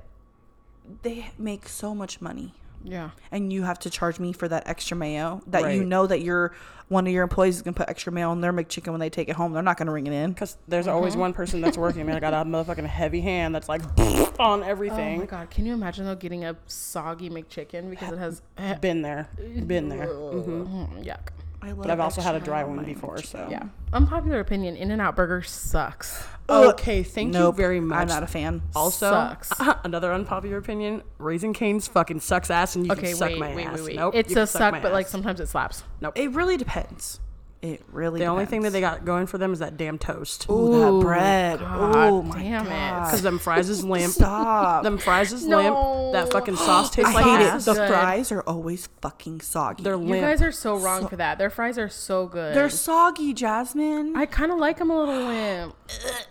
Speaker 3: they make so much money.
Speaker 1: Yeah.
Speaker 3: And you have to charge me for that extra mayo that you
Speaker 2: Right.
Speaker 3: know that your one of your employees is gonna put extra mayo on their McChicken when they take it home. They're not gonna ring it in.
Speaker 2: Because there's
Speaker 1: Mm-hmm.
Speaker 2: always one person that's working. Man, I got a motherfucking heavy hand that's like [LAUGHS] on everything.
Speaker 1: Oh my god, can you imagine though getting a soggy McChicken because it has eh,
Speaker 2: Been there, been there. hmm
Speaker 1: mm, yuck.
Speaker 3: I love
Speaker 2: But I've also had a
Speaker 3: extra
Speaker 2: dry
Speaker 3: mayo on
Speaker 2: one
Speaker 3: my
Speaker 2: before, so
Speaker 1: Yeah. Unpopular opinion: In-N-Out Burger sucks.
Speaker 3: Ugh.
Speaker 2: Okay, thank
Speaker 3: Nope,
Speaker 2: you very much.
Speaker 3: I'm not a fan.
Speaker 2: Also,
Speaker 1: Sucks.
Speaker 2: [LAUGHS] another unpopular opinion: Raising Cane's fucking sucks ass, and you
Speaker 1: Okay,
Speaker 2: can suck
Speaker 1: wait,
Speaker 2: my
Speaker 1: wait,
Speaker 2: ass.
Speaker 1: wait, wait.
Speaker 2: Nope,
Speaker 1: it's
Speaker 2: you can
Speaker 1: a suck,
Speaker 2: my
Speaker 1: but like
Speaker 2: ass.
Speaker 1: sometimes it slaps.
Speaker 3: It really depends. It really.
Speaker 2: the only thing that they got going for them is that damn toast.
Speaker 3: Ooh,
Speaker 1: Ooh,
Speaker 3: that bread.
Speaker 1: God
Speaker 3: oh my
Speaker 1: damn it.
Speaker 3: god.
Speaker 2: Because them fries
Speaker 1: [LAUGHS]
Speaker 2: is limp.
Speaker 3: Stop. [LAUGHS]
Speaker 2: Them fries is limp. That
Speaker 1: No.
Speaker 2: fucking
Speaker 1: [GASPS]
Speaker 2: sauce tastes
Speaker 3: I
Speaker 2: like
Speaker 3: hate
Speaker 2: ass.
Speaker 3: it. The
Speaker 1: Good.
Speaker 3: fries are always fucking soggy.
Speaker 2: They're
Speaker 3: They're,
Speaker 1: You
Speaker 2: limp.
Speaker 1: guys are so wrong for that. Their fries are so good.
Speaker 3: soggy, Jasmine.
Speaker 1: I kind of like them a
Speaker 2: [GASPS]
Speaker 1: little limp.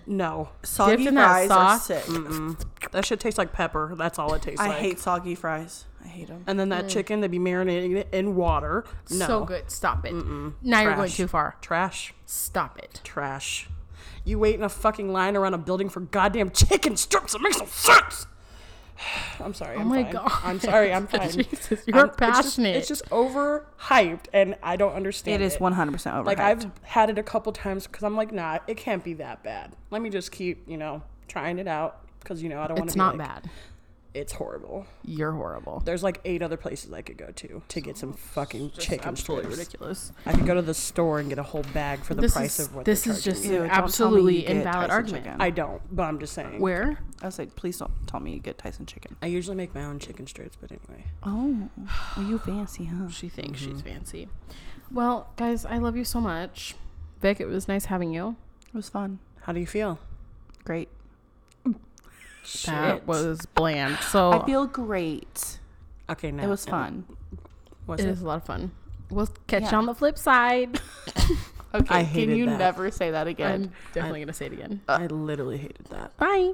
Speaker 2: no,
Speaker 3: soggy
Speaker 1: in that
Speaker 3: fries are
Speaker 1: sauce?
Speaker 3: sick.
Speaker 2: that shit tastes like pepper. That's all it tastes
Speaker 3: I
Speaker 2: like.
Speaker 3: hate soggy fries. I hate them.
Speaker 2: And then that chicken, they'd be marinating it in water. No.
Speaker 1: Mm. So good. Stop it. Now you're going
Speaker 2: Trash.
Speaker 1: too far.
Speaker 2: Trash.
Speaker 1: Stop it.
Speaker 2: Trash. You wait in a fucking line around a building for goddamn chicken strips. It makes no sense. [SIGHS] I'm sorry. I'm
Speaker 1: Oh my
Speaker 2: fine.
Speaker 1: God.
Speaker 2: I'm
Speaker 1: [LAUGHS]
Speaker 2: sorry. I'm fine.
Speaker 1: Jesus,
Speaker 2: I'm-
Speaker 1: you're passionate.
Speaker 2: It's just, it's just overhyped, and I don't understand.
Speaker 3: It is 100% overhyped.
Speaker 2: Like I've had it a couple times because I'm like, nah, it can't be that bad. Let me just keep, you know, trying it out because you know I don't want to.
Speaker 1: It's not
Speaker 2: like,
Speaker 1: bad.
Speaker 2: It's horrible.
Speaker 1: You're horrible.
Speaker 2: There's like eight other places I could go to to get some fucking chicken
Speaker 1: Absolutely
Speaker 2: strips.
Speaker 1: ridiculous.
Speaker 2: I could go to the store and get a whole bag for the
Speaker 1: This
Speaker 2: price
Speaker 1: is
Speaker 2: of what
Speaker 1: this
Speaker 2: they're
Speaker 1: is
Speaker 2: charging
Speaker 1: just
Speaker 2: me.
Speaker 1: an
Speaker 3: Ew, don't tell me you
Speaker 1: absolutely
Speaker 3: get
Speaker 1: invalid
Speaker 3: Tyson
Speaker 1: argument.
Speaker 3: chicken.
Speaker 2: I don't, but I'm just saying.
Speaker 1: Where?
Speaker 3: I was like, please don't tell me you get Tyson chicken.
Speaker 2: I usually make my own chicken strips, but anyway.
Speaker 3: [SIGHS] Oh, well, you fancy, huh?
Speaker 1: She thinks
Speaker 2: Mm-hmm.
Speaker 1: she's fancy. Well, guys, I love you so much. Vic, it was nice having you.
Speaker 3: It was fun.
Speaker 2: How do you feel?
Speaker 3: Great.
Speaker 1: That
Speaker 2: Shit.
Speaker 1: was bland. So
Speaker 2: Oh.
Speaker 3: I feel great.
Speaker 2: okay. Now
Speaker 3: It was fun.
Speaker 2: Was
Speaker 1: it
Speaker 2: it?
Speaker 1: was a lot of fun. We'll catch
Speaker 3: Yeah.
Speaker 1: you on the flip side. [LAUGHS]
Speaker 3: Okay,
Speaker 2: I hated
Speaker 3: can you
Speaker 2: that.
Speaker 3: never say that again?
Speaker 1: I'm definitely going to say it again.
Speaker 2: I literally hated that.
Speaker 1: Bye.